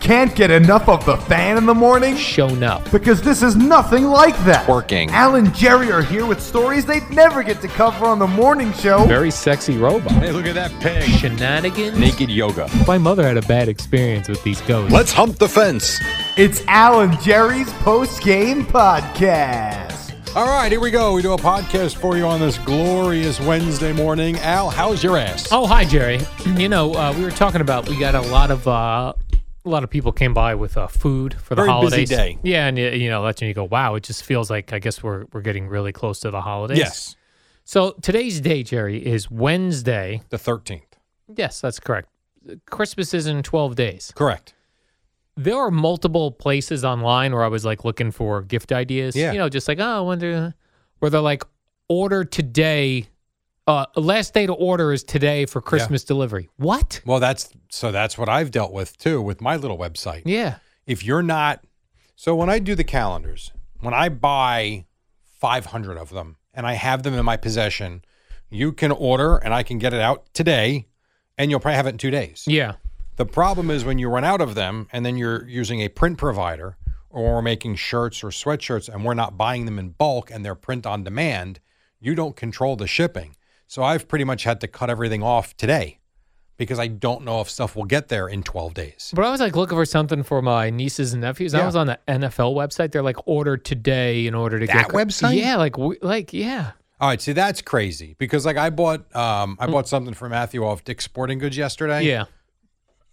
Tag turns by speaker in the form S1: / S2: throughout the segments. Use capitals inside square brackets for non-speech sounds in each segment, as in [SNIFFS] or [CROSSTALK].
S1: Can't get enough of the fan in the morning?
S2: shown up.
S1: Because this is nothing like that.
S3: Twerking.
S1: Al and Jerry are here with stories they'd never get to cover on the morning show.
S2: Very sexy robot.
S3: Hey, look at that pig.
S2: Shenanigans.
S3: Naked yoga.
S2: My mother had a bad experience with these ghosts.
S3: Let's hump the fence.
S1: It's Al and Jerry's post game podcast.
S4: All right, here we go. We do a podcast for you on this glorious Wednesday morning. Al, how's your ass?
S2: Oh, hi, Jerry. [CLEARS THROAT] You know, uh, we were talking about we got a lot of uh, a lot of people came by with uh, food for the
S4: Very busy
S2: holidays.
S4: day.
S2: Yeah, and you, you know that's when you go, wow, it just feels like I guess we're we're getting really close to the holidays.
S4: yes,
S2: So today's day, Jerry, is Wednesday.
S4: the 13th.
S2: Yes, that's correct. Christmas is in twelve days.
S4: Correct.
S2: There are multiple places online where I was like looking for gift ideas.
S4: Yeah.
S2: You know, just like, oh, I wonder where they're like, order today. Uh, last day to order is today for Christmas delivery. What?
S4: Well, that's so that's what I've dealt with too with my little website.
S2: Yeah.
S4: If you're not, so when I do the calendars, when I buy 500 of them and I have them in my possession, you can order and I can get it out today and you'll probably have it in two days.
S2: Yeah.
S4: The problem is when you run out of them and then you're using a print provider or making shirts or sweatshirts and we're not buying them in bulk and they're print on demand, you don't control the shipping. So I've pretty much had to cut everything off today because I don't know if stuff will get there in 12 days.
S2: But I was like looking for something for my nieces and nephews. I
S4: Yeah.
S2: was on the NFL website. They're like order today in order to
S4: That
S2: get Chri-
S4: website?
S2: Yeah, like we- like yeah.
S4: All right, see that's crazy because like I bought um I bought something for Matthew off Dick's Sporting Goods yesterday.
S2: Hmm. Yeah.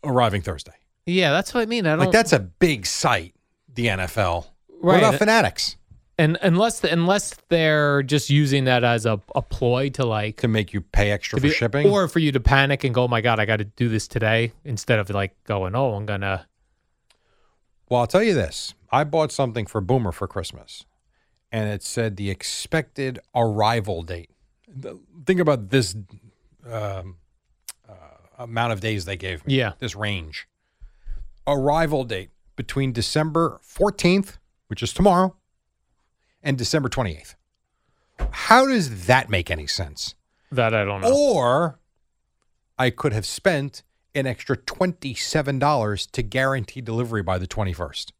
S4: arriving Thursday.
S2: Yeah, that's what I mean. I don't
S4: Like that's a big site, the NFL. What
S2: Right. uh,
S4: about Fanatics
S2: and unless unless they're just using that as a, a ploy to like
S4: to make you pay extra
S2: to
S4: for
S2: be-
S4: shipping?
S2: or for you to panic and go, oh my god, I got to do this today instead of like going, oh, I'm gonna.
S4: Well, I'll tell you this. I bought something for Boomer for Christmas, and it said the expected arrival date. Th- Think about this um, uh, amount of days they gave me.
S2: Yeah.
S4: This range. Arrival date between December 14th, which is tomorrow, and December 28th. How does that make any sense?
S2: That I don't know.
S4: Oh. Or I could have spent an extra $27 to guarantee delivery by the 21st.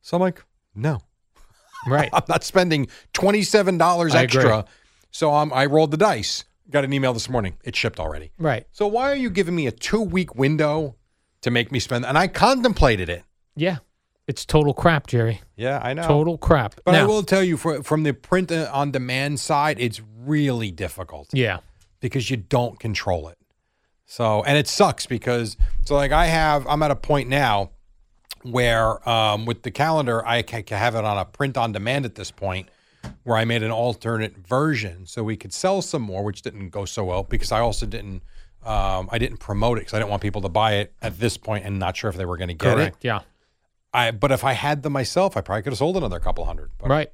S4: So I'm like, no, [LAUGHS]
S2: Right.
S4: I'm not spending $27
S2: I agree.
S4: extra. So um, I rolled the dice. Got an email this morning. It shipped already.
S2: Right.
S4: So why are you giving me a two week window to make me spend? And I contemplated it.
S2: Yeah. It's total crap, Jerry.
S4: Yeah, I know.
S2: Total crap.
S4: But I
S2: Now-
S4: will tell you, for, from the print uh, on demand side, it's really difficult.
S2: Yeah.
S4: because you don't control it. So, and it sucks because so like I have, I'm at a point now where um, with the calendar, I ca- ca- have it on a print on demand at this point, where I made an alternate version so we could sell some more, which didn't go so well because I also didn't, um, I didn't promote it because I didn't want people to buy it at this point and not sure if they were going to get
S2: Correct.
S4: it.
S2: Yeah.
S4: I, but if I had them myself, I probably could have sold another couple hundred. But
S2: Right.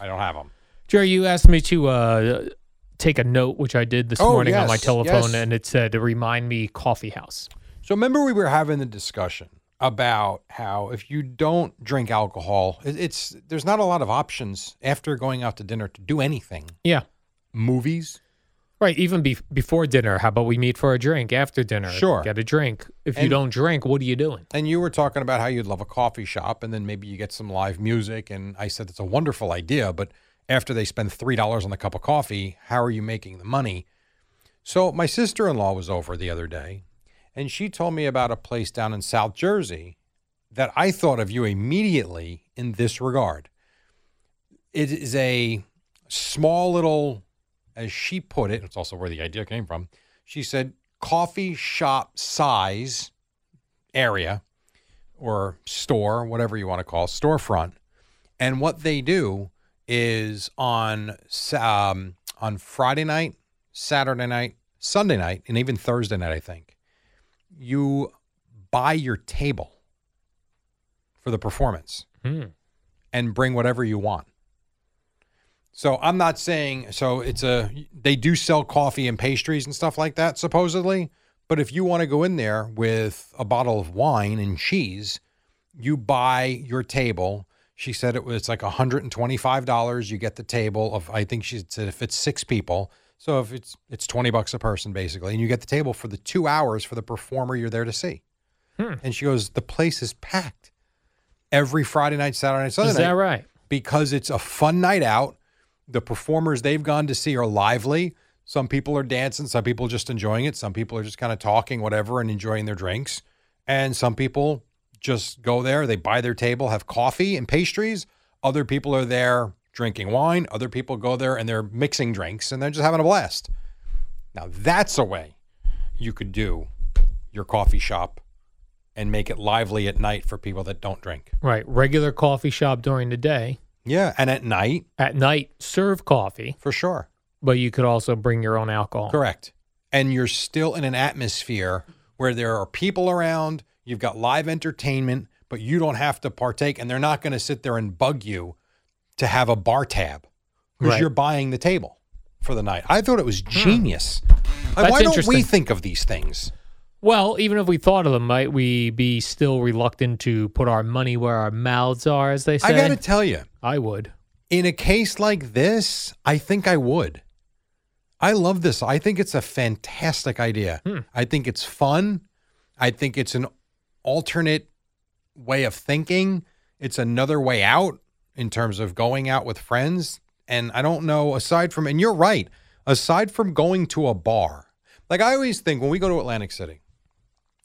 S4: I don't have them.
S2: Jerry, you asked me to uh, take a note, which I did this
S4: Oh,
S2: morning on my
S4: yes,
S2: telephone,
S4: yes.
S2: and it said to remind me coffee house.
S4: So remember we were having the discussion about how if you don't drink alcohol, it- it's there's not a lot of options after going out to dinner to do anything.
S2: Yeah.
S4: Movies.
S2: Right. Even be- before dinner, how about we meet for a drink after dinner?
S4: Sure.
S2: Get a drink. If you
S4: And-
S2: don't drink, what are you doing?
S4: And you were talking about how you'd love a coffee shop and then maybe you get some live music and I said that's a wonderful idea, but after they spend $3 on the cup of coffee, how are you making the money? So my sister-in-law was over the other day and she told me about a place down in South Jersey that I thought of you immediately in this regard. It is a small little, as she put it, it's also where the idea came from. She said, coffee shop size area or store, whatever you want to call it, storefront. And what they do is on Sa- um, on Friday night, Saturday night, Sunday night, and even Thursday night, I think, you buy your table for the performance
S2: Hmm.
S4: and bring whatever you want. So I'm not saying so it's a they do sell coffee and pastries and stuff like that supposedly, but if you want to go in there with a bottle of wine and cheese, you buy your table. She said it was like $125. You get the table of I think she said if it's six people, so if it's it's 20 bucks a person basically, and you get the table for the two hours for the performer you're there to see.
S2: Hmm.
S4: And she goes, the place is packed every Friday night, Saturday night, Sunday
S2: Is
S4: night
S2: that right?
S4: because it's a fun night out. The performers they've gone to see are lively. Some people are dancing, some people just enjoying it, some people are just kind of talking, whatever, and enjoying their drinks. And some people just go there, they buy their table, have coffee and pastries. Other people are there drinking wine. Other people go there and they're mixing drinks and they're just having a blast. Now, that's a way you could do your coffee shop and make it lively at night for people that don't drink.
S2: Right. Regular coffee shop during the day.
S4: Yeah. And at night,
S2: At night, serve coffee,
S4: for sure.
S2: but you could also bring your own alcohol.
S4: Correct. And you're still in an atmosphere where there are people around, you've got live entertainment, but you don't have to partake, and they're not going to sit there and bug you to have a bar tab because
S2: Right. Hmm.
S4: you're buying the table for the night. I thought it was genius. Like,
S2: That's
S4: Why don't we
S2: interesting.
S4: think of these things?
S2: Well, even if we thought of them, might we be still reluctant to put our money where our mouths are, as they say?
S4: I got to tell you,
S2: I would.
S4: in a case like this, I think I would. I love this. I think it's a fantastic idea. I think it's fun. I think it's an alternate way of thinking. It's another way out in terms of going out with friends. And I don't know, aside from, and you're right, aside from going to a bar, like I always think when we go to Atlantic City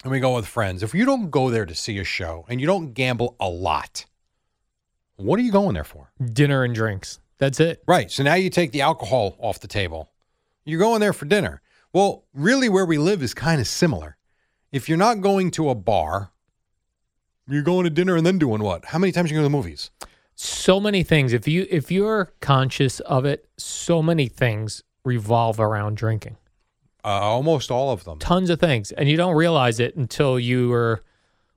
S4: and we go with friends, if you don't go there to see a show and you don't gamble a lot, what are you going there for?
S2: Dinner and drinks. That's it.
S4: Right. So now you take the alcohol off the table. You're going there for dinner. Well, really, where we live is kind of similar. If you're not going to a bar, you're going to dinner and then doing what? How many times you go to the movies?
S2: So many things. If you if you're conscious of it, so many things revolve around drinking.
S4: Uh, almost all of them.
S2: Um, Tons of things, and you don't realize it until you are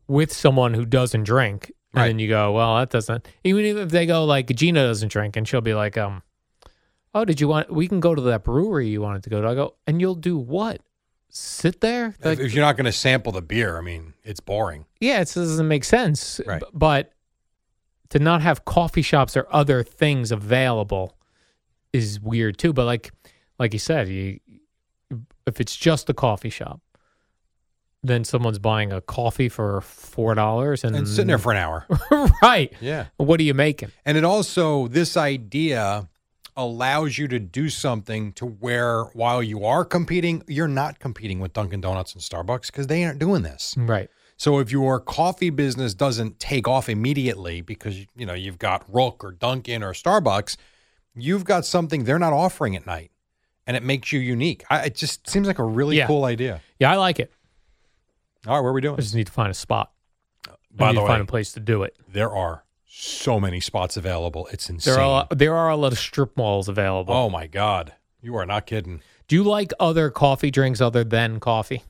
S2: with someone who doesn't drink, and
S4: Right.
S2: then you go, "Well, that doesn't." Even if they go like Gina doesn't drink, and she'll be like, "Um, oh, did you want? We can go to that brewery you wanted to go to." I go, "And you'll do what? Sit there?
S4: if, if you're not going to sample the beer, I mean, it's boring.
S2: yeah, it doesn't make sense.
S4: Right.
S2: B- but to not have coffee shops or other things available is weird too. But like, like you said, you, if it's just a coffee shop, then someone's buying a coffee for four dollars and,
S4: And sitting there for an hour.
S2: [LAUGHS] right.
S4: Yeah.
S2: What are you making?
S4: And it also, this idea allows you to do something to where while you are competing, you're not competing with Dunkin' Donuts and Starbucks because they aren't doing this.
S2: Right.
S4: So if your coffee business doesn't take off immediately because you know you've got Rook or Dunkin' or Starbucks, you've got something they're not offering at night, and it makes you unique. I, it just seems like a really
S2: Yeah.
S4: cool idea.
S2: Yeah, I like it.
S4: All right, where are we
S2: I
S4: doing?
S2: just need to find a spot. I
S4: By
S2: need
S4: the
S2: to
S4: way,
S2: find a place to do it.
S4: there are so many spots available. It's insane.
S2: There are there are a lot of strip malls available.
S4: oh my god, you are not kidding.
S2: Do you like other coffee drinks other than coffee?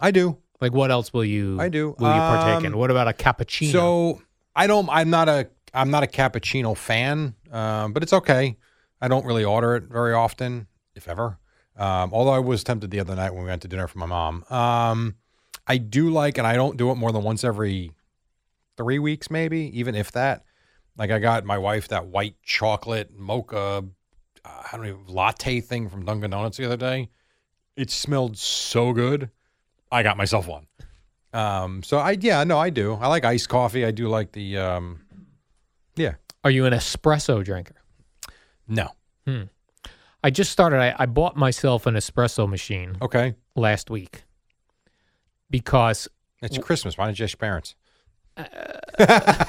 S4: I do.
S2: Like what else will you?
S4: I do.
S2: Will you partake in?
S4: Um,
S2: What about a cappuccino?
S4: So I don't. I'm not a. I'm not a cappuccino fan, um, but it's okay. I don't really order it very often, if ever. Um, although I was tempted the other night when we went to dinner for my mom. Um, I do like, and I don't do it more than once every three weeks, maybe even if that. Like I got my wife that white chocolate mocha, uh, I don't even latte thing from Dunkin' Donuts the other day. It smelled so good. I got myself one. Um, so I yeah, no, I do. I like iced coffee. I do like the um Yeah.
S2: are you an espresso drinker?
S4: No.
S2: I just started. I, I bought myself an espresso machine
S4: Okay.
S2: last week because
S4: It's Christmas. Why don't you ask your parents?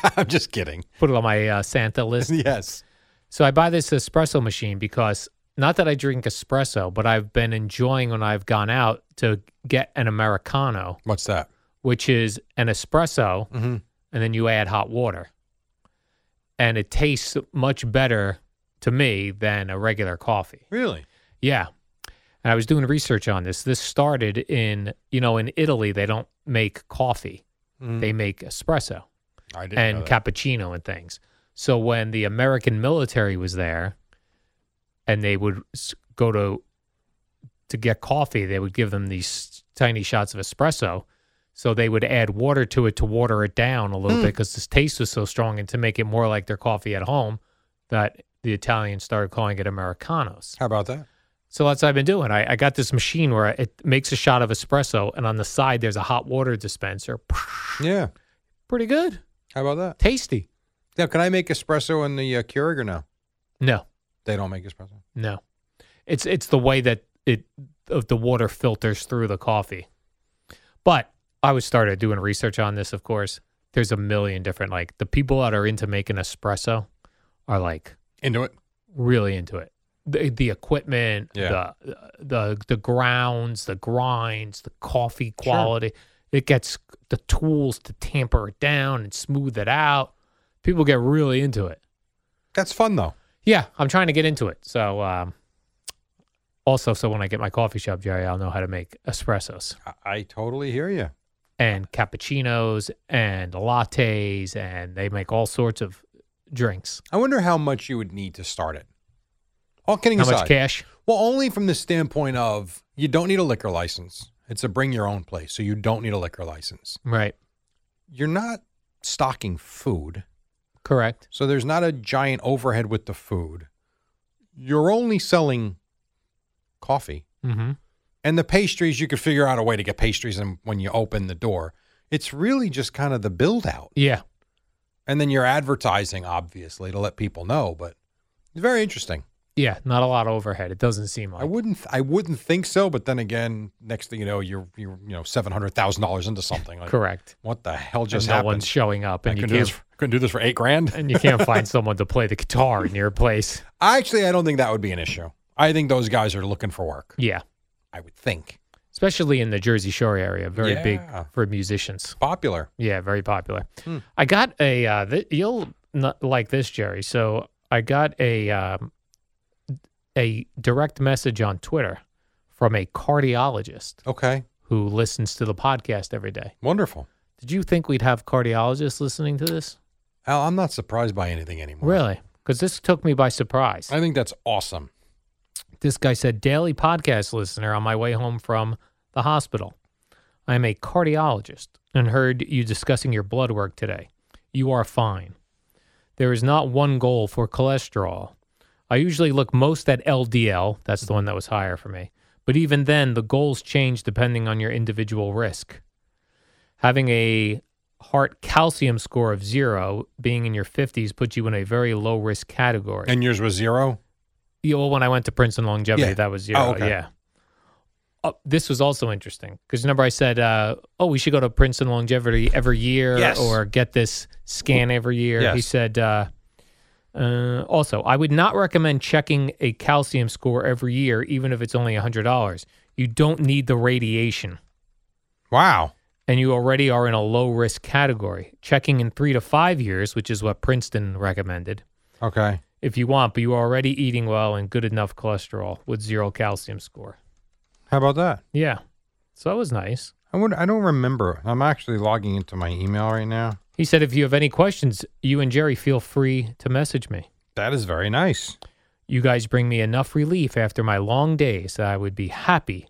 S4: [LAUGHS] I'm just kidding. [LAUGHS]
S2: put it on my uh, Santa list.
S4: Yes.
S2: So I buy this espresso machine because not that I drink espresso, but I've been enjoying when I've gone out to get an Americano,
S4: What's that?
S2: which is an espresso
S4: Mhm.
S2: and then you add hot water. And it tastes much better to me than a regular coffee.
S4: Really?
S2: Yeah. And I was doing research on this. This started in, you know, in Italy, they don't make coffee, they make espresso
S4: Mm-hmm. I Hmm. didn't know
S2: and
S4: that.
S2: cappuccino and things. So when the American military was there and they would s- go to to get coffee, they would give them these tiny shots of espresso. So they would add water to it to water it down a
S4: Hmm.
S2: little bit because this taste was so strong and to make it more like their coffee at home that the Italians started calling it Americanos.
S4: How about that?
S2: So that's what I've been doing. I, I got this machine where it makes a shot of espresso, and on the side there's a hot water dispenser.
S4: Yeah.
S2: Pretty good,
S4: How about that?
S2: tasty.
S4: Now, can I make espresso in the uh, Keurig or no?
S2: No,
S4: They don't make espresso.
S2: no, it's it's the way that it of the water filters through the coffee. But I was started doing research on this. Of course, there's a million different like the people that are into making espresso are like
S4: Into it.
S2: really into it. The, the equipment,
S4: Yeah.
S2: the the the grounds, the grinds, the coffee quality. It gets the tools to tamper it down and smooth it out. People get really into it.
S4: That's fun though.
S2: Yeah, I'm trying to get into it. So um, also, so when I get my coffee shop, Jerry, I'll know how to make espressos
S4: I, I totally hear you.
S2: and cappuccinos and lattes, and they make all sorts of drinks.
S4: I wonder how much you would need to start it. All kidding
S2: How
S4: aside.
S2: much cash?
S4: Well, only from the standpoint of you don't need a liquor license. It's a bring your own place, so you don't need a liquor license.
S2: Right.
S4: You're not stocking food,
S2: Correct.
S4: so there's not a giant overhead with the food. You're only selling coffee
S2: Mm-hmm.
S4: and the pastries. You could figure out a way to get pastries in when you open the door. It's really just kind of the build out,
S2: Yeah.
S4: and then you're advertising, obviously, to let people know. But it's very interesting.
S2: Yeah, not a lot of overhead. It doesn't seem like.
S4: I wouldn't. I wouldn't think so. But then again, next thing you know, you're you're you know seven hundred thousand dollars into something. Like,
S2: correct.
S4: What the hell just
S2: and no
S4: happened?
S2: one's showing up,
S4: I
S2: and you
S4: couldn't do, this
S2: can't
S4: for, couldn't do this for eight grand.
S2: [LAUGHS] and you can't find someone to play the guitar in your
S4: [LAUGHS]
S2: place.
S4: Actually, I don't think that would be an issue. I think those guys are looking for work.
S2: Yeah,
S4: I would think
S2: especially in the Jersey Shore area, very big
S4: Yeah. Hmm.
S2: for musicians.
S4: popular.
S2: Yeah, very popular. I got a uh, th- you'll not like this, Jerry. So I got a um, a direct message on Twitter from a cardiologist
S4: Okay,
S2: who listens to the podcast every day.
S4: wonderful.
S2: Did you think we'd have cardiologists listening to this?
S4: Al, I'm not surprised by anything anymore.
S2: Really? Because this took me by surprise.
S4: I think that's awesome.
S2: This guy said, daily podcast listener on my way home from the hospital. I am a cardiologist and heard you discussing your blood work today. You are fine. There is not one goal for cholesterol. I usually look most at LDL, that's the one that was higher for me. But even then, the goals change depending on your individual risk. Having a heart calcium score of zero, being in your 50s, puts you in a very low risk category.
S4: And yours was zero.
S2: Yeah, well, when I went to Princeton Longevity,
S4: Yeah.
S2: that was
S4: Oh,
S2: zero.
S4: okay.
S2: Yeah. Uh, this was also interesting because remember I said, uh, "Oh, we should go to Princeton Longevity every year
S4: Yes.
S2: or get this scan every year." He
S4: Yes.
S2: said, uh, uh, "Also, I would not recommend checking a calcium score every year, even if it's only hundred dollars. You don't need the radiation,
S4: Wow.
S2: and you already are in a low risk category. Checking in three to five years, which is what Princeton recommended,
S4: Okay.
S2: if you want, but you are already eating well and good enough cholesterol with zero calcium score.
S4: How about that?
S2: Yeah. So that was nice.
S4: I wonder, I don't remember. I'm actually logging into my email right now.
S2: He said, if you have any questions, you and Jerry feel free to message me.
S4: That is very nice.
S2: You guys bring me enough relief after my long days that I would be happy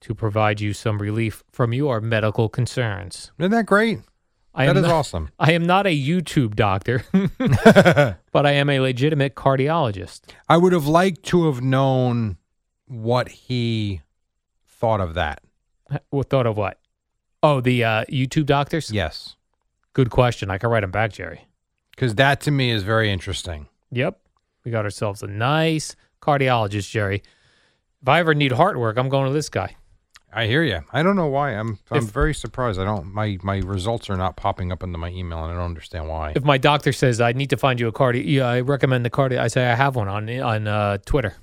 S2: to provide you some relief from your medical concerns.
S4: Isn't that great?
S2: I
S4: that
S2: am
S4: is
S2: not-
S4: awesome.
S2: [LAUGHS] I am not a YouTube
S4: [LAUGHS]
S2: doctor, [LAUGHS] but I am a legitimate cardiologist.
S4: I would have liked to have known what he thought of that.
S2: What thought of what? Oh, the uh, YouTube doctors?
S4: Yes.
S2: Good question. I can write them back, Jerry.
S4: Because that to me is very interesting.
S2: Yep. We got ourselves a nice cardiologist, Jerry. If I ever need heart work, I'm going to this guy.
S4: I hear you. I don't know why. I'm
S2: If-
S4: I'm very surprised. I don't my my results are not popping up into my email, and I don't understand why.
S2: If my
S4: [LAUGHS]
S2: doctor says I need to find you a cardi, yeah, I recommend the cardi. I say I have one on on uh, Twitter.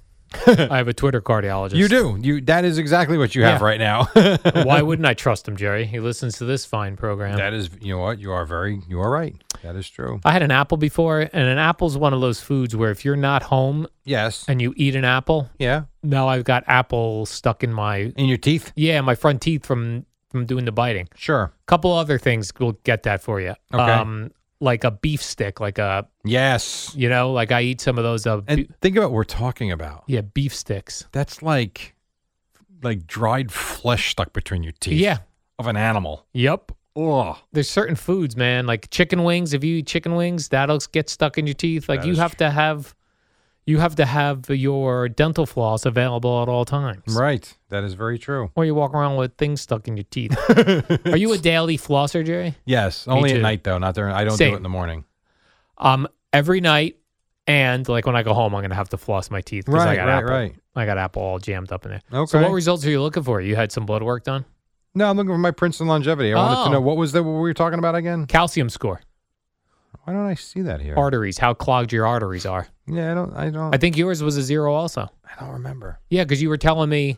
S2: I have a Twitter cardiologist.
S4: You do. You that is exactly what you
S2: [LAUGHS]
S4: have
S2: Yeah.
S4: right now.
S2: [LAUGHS]
S4: [LAUGHS]
S2: Why wouldn't I trust him, Jerry? He listens to this fine program.
S4: That is, you know what? You are very, you are right. That is true.
S2: I had an apple before, and an apple's one of those foods where if you're not home
S4: Yes.
S2: and you eat an apple,
S4: yeah.
S2: now I've got apple stuck in my
S4: In your teeth?
S2: yeah my front teeth from from doing the biting.
S4: Sure.
S2: couple other things will get that for you. Um,
S4: Okay.
S2: like a beef stick, like a
S4: Yes.
S2: you know, like I eat some of those. Uh,
S4: And
S2: be-
S4: think about what we're talking about.
S2: yeah, beef sticks.
S4: That's like, like dried flesh stuck between your teeth.
S2: Yeah.
S4: Of an animal.
S2: Yep.
S4: Oh.
S2: There's certain foods, man, like chicken wings. If you eat chicken wings, that'll get stuck in your teeth. Like
S4: That
S2: you
S4: is
S2: have to have, you have to have your dental floss available at all times.
S4: Right. That is very true.
S2: Or you walk around with things stuck in your teeth.
S4: [LAUGHS]
S2: Are you a daily flosser, Jerry?
S4: Yes. Only at
S2: too.
S4: night though. Not during. I don't
S2: Same.
S4: do it in the morning.
S2: Um, every night, and like when I go home, I'm gonna have to floss my teeth because I
S4: Right.
S2: got
S4: Right.
S2: apple.
S4: Right.
S2: I got apple all jammed up in there. So
S4: Okay.
S2: what results are you looking for? You had some blood work done.
S4: No, I'm looking for my Princeton longevity. I wanted
S2: Oh.
S4: to know what was that? What we were talking about again?
S2: Calcium score,
S4: Why don't I see that here?
S2: arteries, how clogged your arteries are.
S4: yeah. I don't. I don't.
S2: I think yours was a zero also.
S4: I don't remember.
S2: Yeah, because you were telling me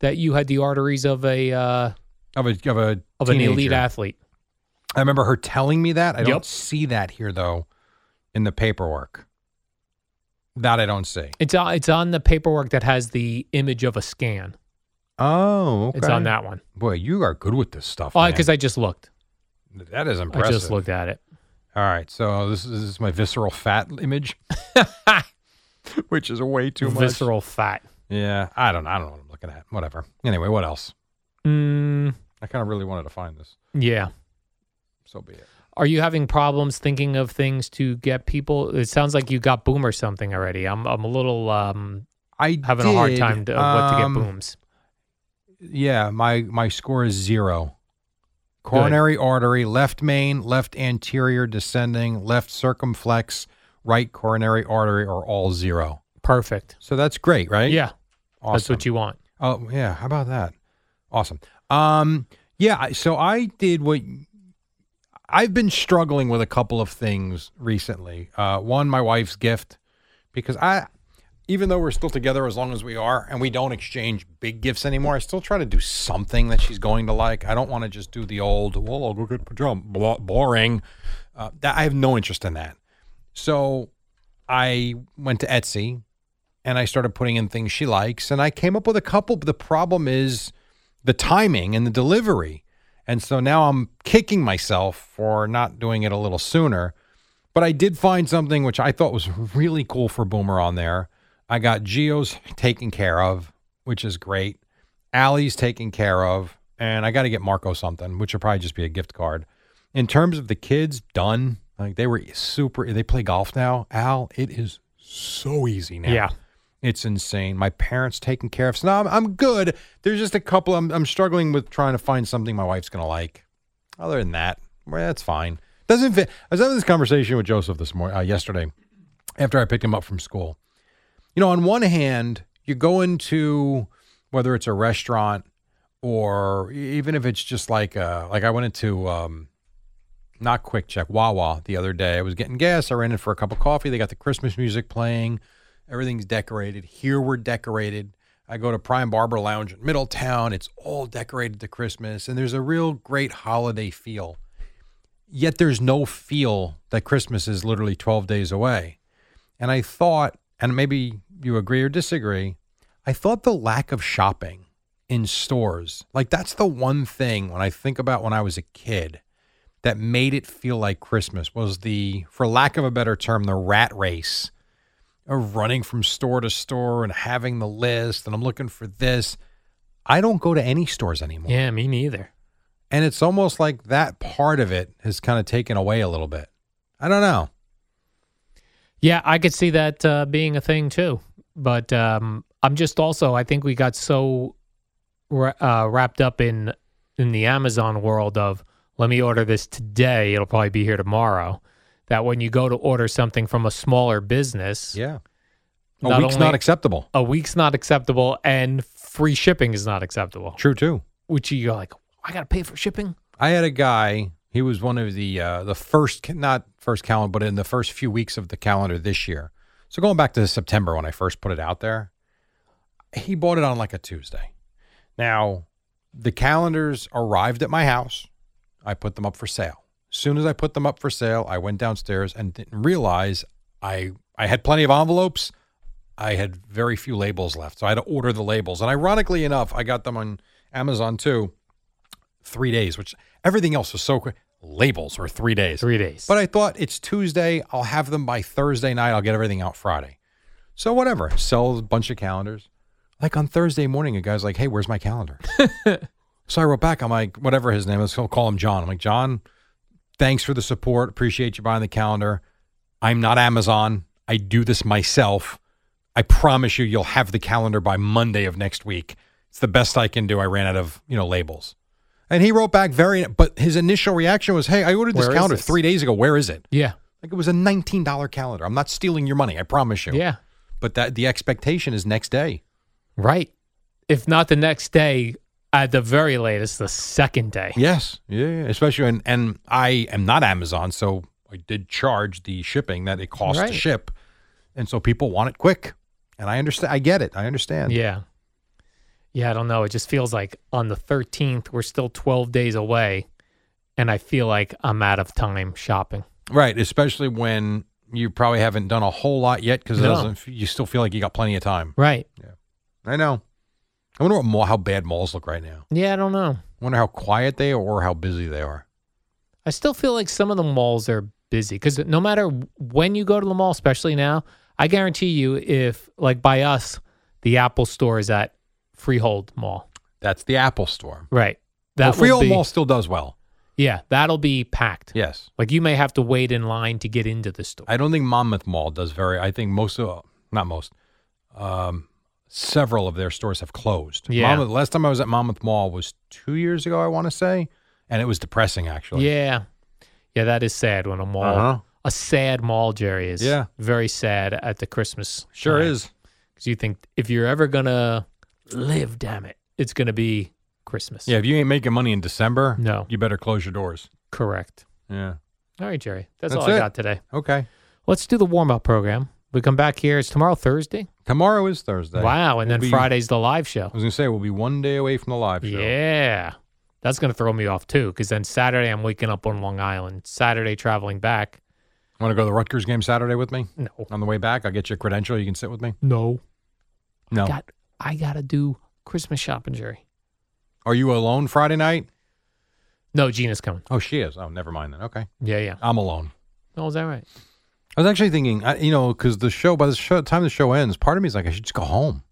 S2: that you had the arteries of a uh,
S4: Of a of a
S2: of an elite
S4: teenager.
S2: athlete.
S4: I remember her telling me that. I
S2: Yep.
S4: don't see that here though in the paperwork. That I don't see.
S2: It's on, it's on the paperwork that has the image of a scan.
S4: Oh,
S2: It's on that one.
S4: Boy, you are good with this stuff.
S2: Oh,
S4: man.
S2: because I just looked.
S4: that is impressive.
S2: I just looked at it.
S4: All right, so this is, this is my visceral fat image, [LAUGHS] which is way too much.
S2: Visceral fat.
S4: Yeah, I don't. I don't know what I'm looking at. Whatever. Anyway, what else?
S2: Mm,
S4: I kind of really wanted to find this.
S2: yeah.
S4: So be it.
S2: Are you having problems thinking of things to get people? It sounds like you got boom or something already. I'm I'm a little um,
S4: I
S2: having a hard
S4: did,
S2: time to, of what to
S4: um,
S2: get booms.
S4: Yeah, my my score is zero. Coronary artery, left main, left anterior descending, left circumflex, right coronary artery are all zero.
S2: Perfect.
S4: So that's great, right?
S2: Yeah,
S4: awesome.
S2: that's what you want.
S4: Oh yeah, how about that? Awesome. Um, yeah. I- So I did what I've been struggling with a couple of things recently. Uh, one, my wife's gift, because I, even though we're still together as long as we are, and we don't exchange big gifts anymore, I still try to do something that she's going to like. I don't want to just do the old "well, I'll go get pajama blah, boring. Uh, that, I have no interest in that. So I went to Etsy, and I started putting in things she likes. And I came up with a couple, but the problem is the timing and the delivery. And so now I'm kicking myself for not doing it a little sooner. But I did find something which I thought was really cool for Boomer on there. I got Geo's taken care of, which is great. Allie's taken care of. And I got to get Marco something, which will probably just be a gift card. In terms of the kids, done. Like they were super, they play golf now. Al, it is so easy now.
S2: Yeah.
S4: It's insane. My parents taken care of. So now I'm, I'm good. There's just a couple. I'm, I'm struggling with trying to find something my wife's going to like. Other than that, well, that's fine. Doesn't fit. I was having this conversation with Joseph this morning, uh, yesterday, after I picked him up from school. You know, on one hand, you go into whether it's a restaurant or e-, even if it's just like uh like I went into um not quick check Wawa the other day. I was getting gas. I ran in for a cup of coffee. They got the Christmas music playing. Everything's decorated. Here we're decorated. I go to Prime Barber Lounge in Middletown. It's all decorated to Christmas, and there's a real great holiday feel. Yet there's no feel that Christmas is literally 12 days away. And I thought, and maybe you agree or disagree, I thought the lack of shopping in stores, like that's the one thing when I think about when I was a kid that made it feel like Christmas was the, for lack of a better term, the rat race of running from store to store and having the list and I'm looking for this. I don't go to any stores anymore.
S2: Yeah, me neither.
S4: And it's almost like that part of it has kind of taken away a little bit. I don't know.
S2: Yeah, I could see that uh, being a thing too. But um, I'm just also, I think we got so ra- uh, wrapped up in in the Amazon world of let me order this today, it'll probably be here tomorrow. That when you go to order something from a smaller business,
S4: Yeah. A
S2: Not
S4: week's
S2: only-
S4: not acceptable.
S2: a week's not acceptable and free shipping is not acceptable.
S4: True too.
S2: Which you're like, I got to pay for shipping?
S4: I had a guy. He was one of the uh, the first, ca- not first calendar, but in the first few weeks of the calendar this year. So going back to September when I first put it out there, he bought it on like a Tuesday. Now, the calendars arrived at my house. I put them up for sale. As soon as I put them up for sale, I went downstairs and didn't realize I I had plenty of envelopes. I had very few labels left, so I had to order the labels. And ironically enough, I got them on Amazon too. Three days, which everything else was so quick. Labels were three days.
S2: Three days.
S4: But I thought it's Tuesday. I'll have them by Thursday night. I'll get everything out Friday. So whatever. Sell a bunch of calendars. Like on Thursday morning, a guy's like, "Hey, where's my calendar?" so I wrote back. I'm like, whatever his name is, I'll call him John. I'm like, John, thanks for the support. Appreciate you buying the calendar. I'm not Amazon. I do this myself. I promise you, you'll have the calendar by Monday of next week. It's the best I can do. I ran out of you know labels. And he wrote back very, but his initial reaction was, "Hey, I ordered this
S2: Where is
S4: calendar
S2: this?"
S4: three days ago. Where is it?"
S2: yeah.
S4: Like it was a nineteen dollar calendar. I'm not stealing your money. I promise you.
S2: Yeah.
S4: But that the expectation is next day.
S2: Right. If not the next day, at the very latest, the second day.
S4: Yes. Yeah. yeah. Especially and and I am not Amazon, so I did charge the shipping that it costs
S2: Right.
S4: to ship, and so people want it quick. And I understand. I get it. I understand.
S2: Yeah. Yeah, I don't know. It just feels like on the 13th, we're still 12 days away, and I feel like I'm out of time shopping.
S4: Right. Especially when you probably haven't done a whole lot yet because it
S2: No.
S4: doesn't. f- You still feel like you got plenty of time.
S2: Right.
S4: I know. I wonder what mall, how bad malls look right now.
S2: Yeah, I don't know.
S4: I wonder how quiet they are or how busy they are.
S2: I still feel like some of the malls are busy because no matter when you go to the mall, especially now, I guarantee you, if like by us, the Apple store is at Freehold Mall.
S4: That's the Apple Store.
S2: Right.
S4: That
S2: That
S4: well, Oh, Freehold
S2: will be,
S4: Mall still does well.
S2: Yeah, that'll be packed.
S4: Yes.
S2: Like you may have to wait in line to get into the store.
S4: I don't think Monmouth Mall does very. I think most of, not most, um, several of their stores have closed.
S2: Yeah.
S4: Monmouth, last time I was at Monmouth Mall was two years ago, I want to say, and it was depressing actually.
S2: yeah. Yeah, that is sad when a mall,
S4: Uh-huh.
S2: a sad mall, Jerry, is
S4: Yeah.
S2: very sad at the Christmas.
S4: Sure is.
S2: Because you think if you're ever going to live, damn it, it's going to be Christmas.
S4: Yeah. If you ain't making money in December,
S2: No.
S4: you better close your doors.
S2: Correct.
S4: Yeah.
S2: All right, Jerry. That's,
S4: That's
S2: all I
S4: it.
S2: got today.
S4: Okay.
S2: Let's do the warm up program. We come back here. It's tomorrow, Thursday.
S4: Tomorrow is Thursday.
S2: Wow. And then
S4: We'll be-
S2: Friday's the live
S4: I
S2: show.
S4: was gonna say we'll be one day away from the live show.
S2: Yeah. That's going to throw me off too. Because then Saturday, I'm waking up on Long Island. Saturday, traveling back.
S4: Want to go to the Rutgers game Saturday with me?
S2: No.
S4: On the way back, I'll get you a credential. You can sit with me.
S2: No.
S4: No.
S2: Got, I got to do Christmas shopping, Jerry.
S4: Are you alone Friday night?
S2: No, Gina's coming.
S4: Oh, she is. Oh, never mind then. Okay.
S2: Yeah, yeah.
S4: I'm alone.
S2: Oh, is that right?
S4: I was actually thinking, I, you know, because the show by the show, time the show ends, part of me is like, I should just go home.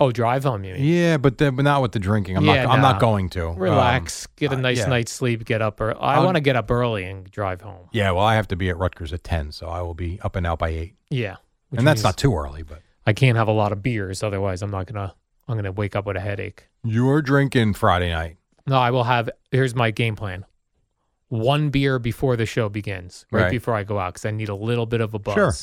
S2: Oh, drive home, you mean?
S4: Yeah, but then, but not with the drinking. I'm
S2: Yeah,
S4: not. I'm
S2: nah.
S4: not going to Um,
S2: Relax, get a
S4: uh,
S2: nice
S4: yeah.
S2: night's sleep, get up. Or I
S4: Um,
S2: want to get up early and drive home.
S4: yeah, well, I have to be at Rutgers at ten, so I will be up and out by eight,
S2: Yeah. which
S4: and that's
S2: means
S4: not too early. But
S2: I can't have a lot of beers, otherwise I'm not gonna. I'm gonna wake up with a headache.
S4: you're drinking Friday night.
S2: No, I will have. Here's my game plan: one beer before the show begins, right,
S4: Right.
S2: before I go out, because I need a little bit of a buzz.
S4: Sure.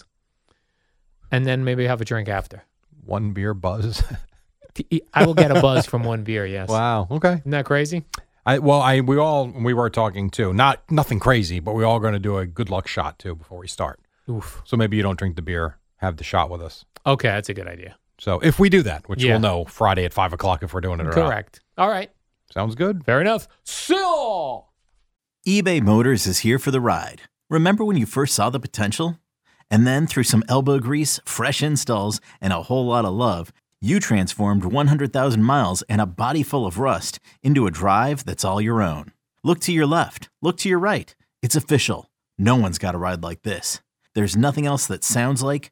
S2: And then maybe have a drink after.
S4: One beer buzz. [LAUGHS]
S2: T- I will get a buzz from one beer. Yes.
S4: wow. Okay.
S2: Isn't that crazy?
S4: I well, I we all we were talking too. Not nothing crazy, but we're all going to do a good luck shot too before we start.
S2: Oof.
S4: So maybe you don't drink the beer, have the shot with us.
S2: Okay, that's a good idea.
S4: So if we do that, which
S2: Yeah.
S4: we'll know Friday at five o'clock if we're doing it or not.
S2: Correct. All right.
S4: Sounds good.
S2: Fair enough. Oh, So.
S5: eBay Motors is here for the ride. Remember when you first saw the potential? And then through some elbow grease, fresh installs, and a whole lot of love, you transformed 100,000 miles and a body full of rust into a drive that's all your own. Look to your left, look to your right. It's official. No one's got a ride like this. There's nothing else that sounds like,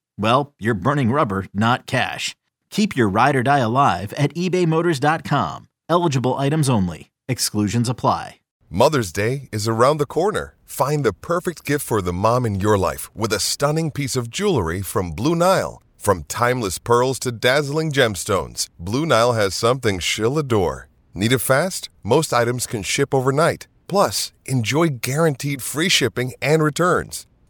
S5: well, you're burning rubber, not cash. Keep your ride or die alive at ebaymotors.com. Eligible items only. Exclusions apply.
S6: Mother's Day is around the corner. Find the perfect gift for the mom in your life with a stunning piece of jewelry from Blue Nile. From timeless pearls to dazzling gemstones, Blue Nile has something she'll adore. Need it fast? Most items can ship overnight. Plus, enjoy guaranteed free shipping and returns.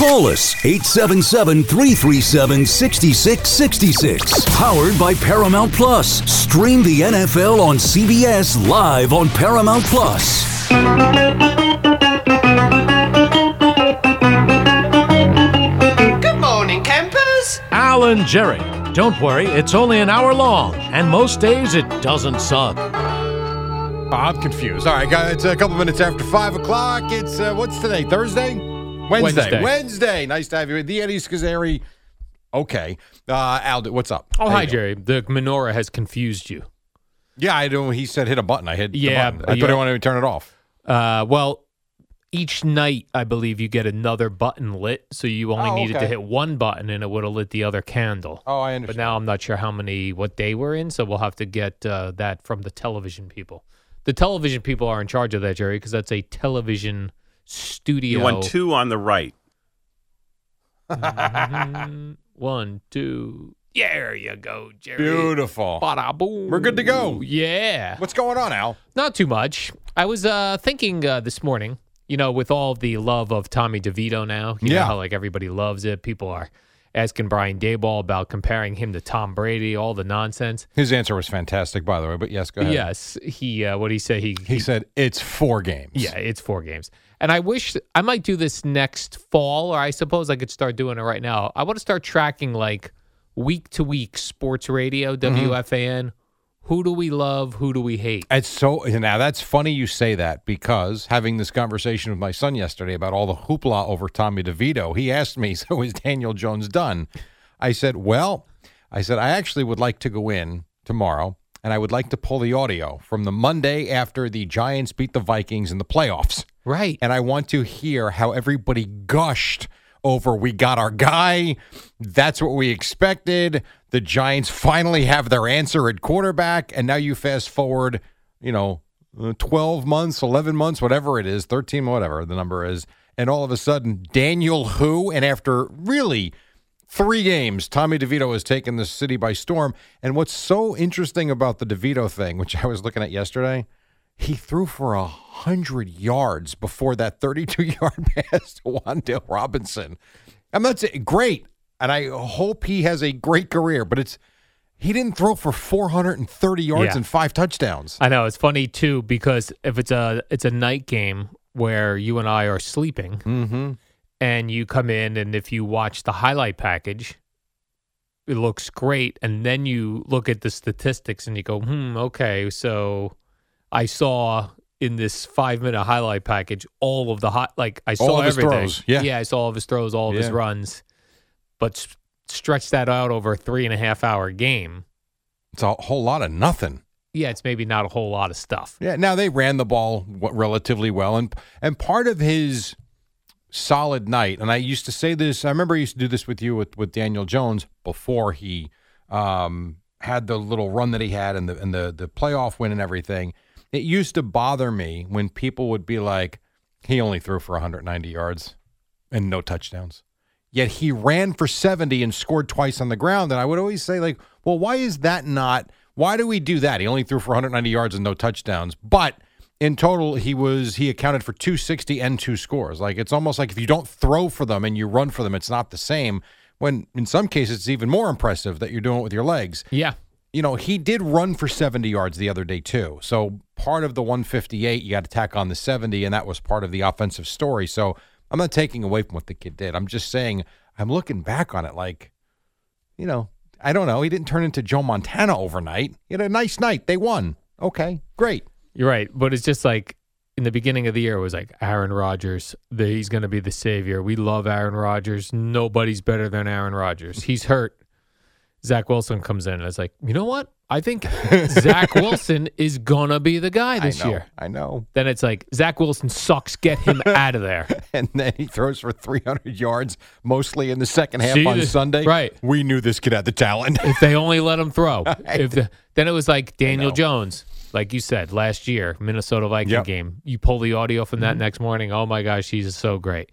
S7: Call us 877 337 6666. Powered by Paramount Plus. Stream the NFL on CBS live on Paramount Plus.
S8: Good morning, campers.
S9: Alan Jerry. Don't worry, it's only an hour long, and most days it doesn't suck.
S4: Oh, I'm confused. All right, guys, it's a couple minutes after five o'clock. It's uh, what's today? Thursday, Wednesday. Wednesday.
S2: Wednesday.
S4: Nice to have you. with The Eddie Scazzeri. Okay, uh, Al, what's up?
S2: Oh,
S4: How
S2: hi,
S4: you doing?
S2: Jerry. The menorah has confused you.
S4: Yeah, I do. He said hit a button. I hit.
S2: Yeah,
S4: the button. I
S2: yeah.
S4: thought I wanted to turn it off.
S2: Uh, well, each night I believe you get another button lit, so you only
S4: Oh,
S2: needed
S4: okay.
S2: to hit one button and it would have lit the other candle.
S4: Oh, I
S2: but
S4: understand.
S2: now I'm not sure how many what day we're in, so we'll have to get uh, that from the television people. The television people are in charge of that, Jerry, because that's a television studio.
S10: You want two on the right.
S2: Mhm. One, two. There you go, Jerry.
S4: Beautiful.
S2: Bada-boom.
S4: We're good to go.
S2: Oh, Yeah.
S4: What's going on, Al?
S2: Not too much. I was uh, thinking uh, this morning, you know, with all the love of Tommy DeVito now, you know
S4: Yeah.
S2: how like everybody loves it. People are asking Brian Dayball about comparing him to Tom Brady, all the nonsense.
S4: His answer was fantastic, by the way. But yes, go ahead.
S2: Yes, he. Uh, what did he say? He,
S4: He said it's four games.
S2: Yeah, it's four games. And I wish I might do this next fall, or I suppose I could start doing it right now. I want to start tracking like week to week sports radio,
S4: Mm-hmm.
S2: WFAN. Who do we love? Who do we hate?
S4: It's so now that's funny you say that because having this conversation with my son yesterday about all the hoopla over Tommy DeVito, he asked me, [LAUGHS] "So is Daniel Jones done?" I said, "Well, I said I actually would like to go in tomorrow and I would like to pull the audio from the Monday after the Giants beat the Vikings in the playoffs,
S2: Right.
S4: and I want to hear how everybody gushed." Over, we got our guy. That's what we expected. The Giants finally have their answer at quarterback. And now you fast forward you know, uh, 12 months, 11 months, whatever it is, 13, whatever the number is. And all of a sudden, Daniel who? And after really three games, Tommy DeVito has taken the city by storm. And what's so interesting about the DeVito thing, which I was looking at yesterday, he threw for a hundred yards before that 32 [LAUGHS] yard pass to Wandale Robinson. I'm not saying great, and I hope he has a great career, but it's he didn't throw for 430 yards
S2: Yeah.
S4: and five touchdowns.
S2: I know it's funny too because if it's a it's a night game where you and I are sleeping, and you come in and if you watch the highlight package, it looks great, and then you look at the statistics and you go, hmm, okay, so I saw in this five minute highlight package all of the hot like I saw
S4: All of his
S2: everything.
S4: throws, yeah.
S2: I saw all of his throws, all of his
S4: Yeah.
S2: runs, but s- stretch that out over a three and a half hour game.
S4: It's a whole lot of nothing.
S2: Yeah, it's maybe not a whole lot of stuff.
S4: Yeah. Now they ran the ball w- relatively well, and and part of his solid night, and I used to say this. I remember I used to do this with you with with Daniel Jones before he um, had the little run that he had and the and the the playoff win and everything. It used to bother me when people would be like, "He only threw for 190 yards and no touchdowns." Yet he ran for 70 and scored twice on the ground. And I would always say, like, well, why is that not? Why do we do that? He only threw for 190 yards and no touchdowns. But in total, he was he accounted for 260 and two scores. Like it's almost like if you don't throw for them and you run for them, it's not the same. When in some cases it's even more impressive that you're doing it with your legs
S2: Yeah.
S4: you know, he did run for 70 yards the other day, too. So part of the 158, you got to tack on the 70, and that was part of the offensive story. So I'm not taking away from what the kid did. I'm just saying, I'm looking back on it like, you know, I don't know. He didn't turn into Joe Montana overnight. He had a nice night. They won. Okay, great.
S2: You're right, but it's just like in the beginning of the year it was like Aaron Rodgers, the, he's going to be the savior. We love Aaron Rodgers. Nobody's better than Aaron Rodgers. He's hurt. Zach Wilson comes in and it's like, you know what? I
S4: [LAUGHS]
S2: think Zach Wilson is gonna be the guy this
S4: I know,
S2: year.
S4: I know. [LAUGHS]
S2: Then it's like Zach Wilson sucks. Get him out of there.
S4: And then he throws for 300 yards, mostly in the second half
S2: See,
S4: on
S2: this-
S4: Sunday.
S2: right.
S4: We knew this kid had the talent. [LAUGHS]
S2: if they only let him throw. If the, then it was like Daniel Jones, like you said last year, Minnesota Viking
S4: Yep. Mm-hmm.
S2: game. You pull the audio from that next morning. Oh my gosh, he's so great.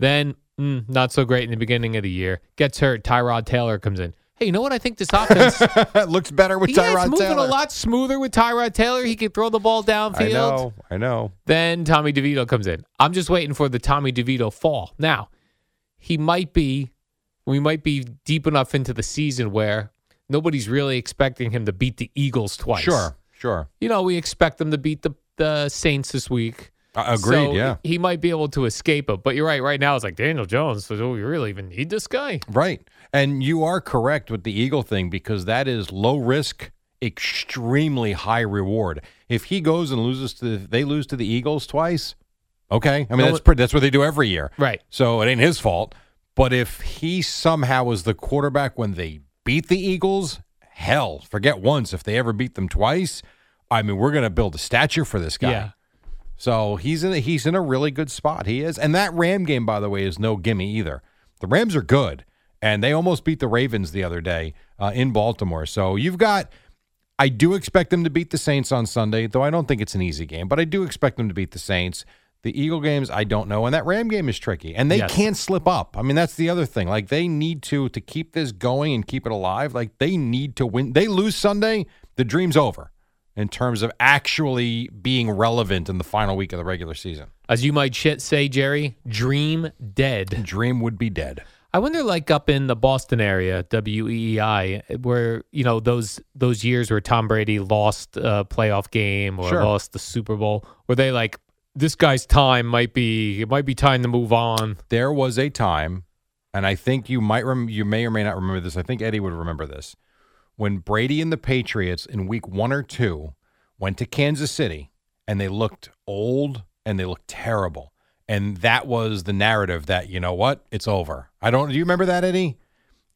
S2: Then mm, not so great in the beginning of the year. Gets hurt. Tyrod Taylor comes in. Hey, you know what? I
S4: [LAUGHS]
S2: think this offense.
S4: That looks better with
S2: yeah, it's
S4: Tyrod
S2: moving
S4: Taylor.
S2: a lot smoother with Tyrod Taylor. He can throw the ball downfield.
S4: I know. I know.
S2: Then Tommy DeVito comes in. I'm just waiting for the Tommy DeVito fall. Now, he might be, we might be deep enough into the season where nobody's really expecting him to beat the Eagles twice.
S4: Sure. Sure.
S2: You know, we expect them to beat the, the Saints this week.
S4: Uh, agreed.
S2: So
S4: yeah.
S2: He might be able to escape it. But you're right. Right now, it's like Daniel Jones. So do we really even need this guy?
S4: Right. And you are correct with the Eagle thing because that is low risk, extremely high reward. If he goes and loses to they lose to the Eagles twice, okay. I mean
S2: No,
S4: that's pretty, that's what they do every year.
S2: Right.
S4: So it ain't his fault. But if he somehow was the quarterback when they beat the Eagles, hell, forget once if they ever beat them twice. I mean, we're going to build a statue for this guy.
S2: Yeah.
S4: So he's in a, he's in a really good spot. He is, and that Ram game, by the way, is no gimme either. The Rams are good, and they almost beat the Ravens the other day uh, in Baltimore. So you've got. I do expect them to beat the Saints on Sunday, though I don't think it's an easy game. But I do expect them to beat the Saints. The Eagle games, I don't know, and that Ram game is tricky, and they
S2: Yes.
S4: can't slip up. I mean, that's the other thing. Like they need to to keep this going and keep it alive. Like they need to win. They lose Sunday, the dream's over in terms of actually being relevant in the final week of the regular season.
S2: As you might shit say, Jerry, dream dead.
S4: Dream would be dead.
S2: I wonder, like up in the Boston area, WEEI, where you know those those years where Tom Brady lost a playoff game or
S4: Sure.
S2: lost the Super Bowl, were they like this guy's time might be it might be time to move on?
S4: There was a time, and I think you might rem- you may or may not remember this. I think Eddie would remember this. When Brady and the Patriots in week 1 or 2 went to Kansas City and they looked old and they looked terrible. And that was the narrative that you know what? It's over. I don't do you remember that Eddie?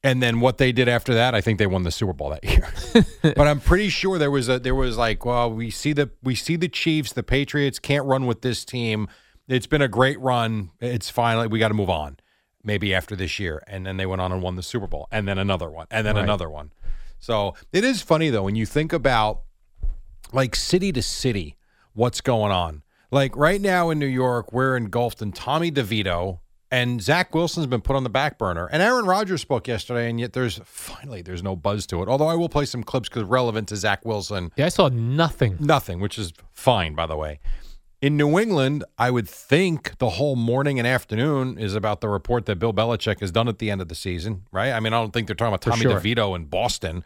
S4: And then what they did after that, I think they won the Super Bowl that [LAUGHS] year. but I'm pretty sure there was a there was like, well, we see the we see the Chiefs, the Patriots can't run with this team. It's been a great run. It's finally we got to move on. Maybe after this year, and then they went on and won the Super Bowl, and then another one, and then another one. So it is funny though when you think about like city to city what's going on. Like right now in New York, we're engulfed in Tommy DeVito and Zach Wilson's been put on the back burner. And Aaron Rodgers spoke yesterday, and yet there's finally there's no buzz to it. Although I will play some clips because relevant to Zach Wilson,
S2: Yeah, I saw nothing.
S4: nothing, which is fine by the way. In New England, I would think the whole morning and afternoon is about the report that Bill Belichick has done at the end of the season, right? I mean, I don't think they're talking about
S2: For
S4: Tommy
S2: sure.
S4: DeVito in Boston.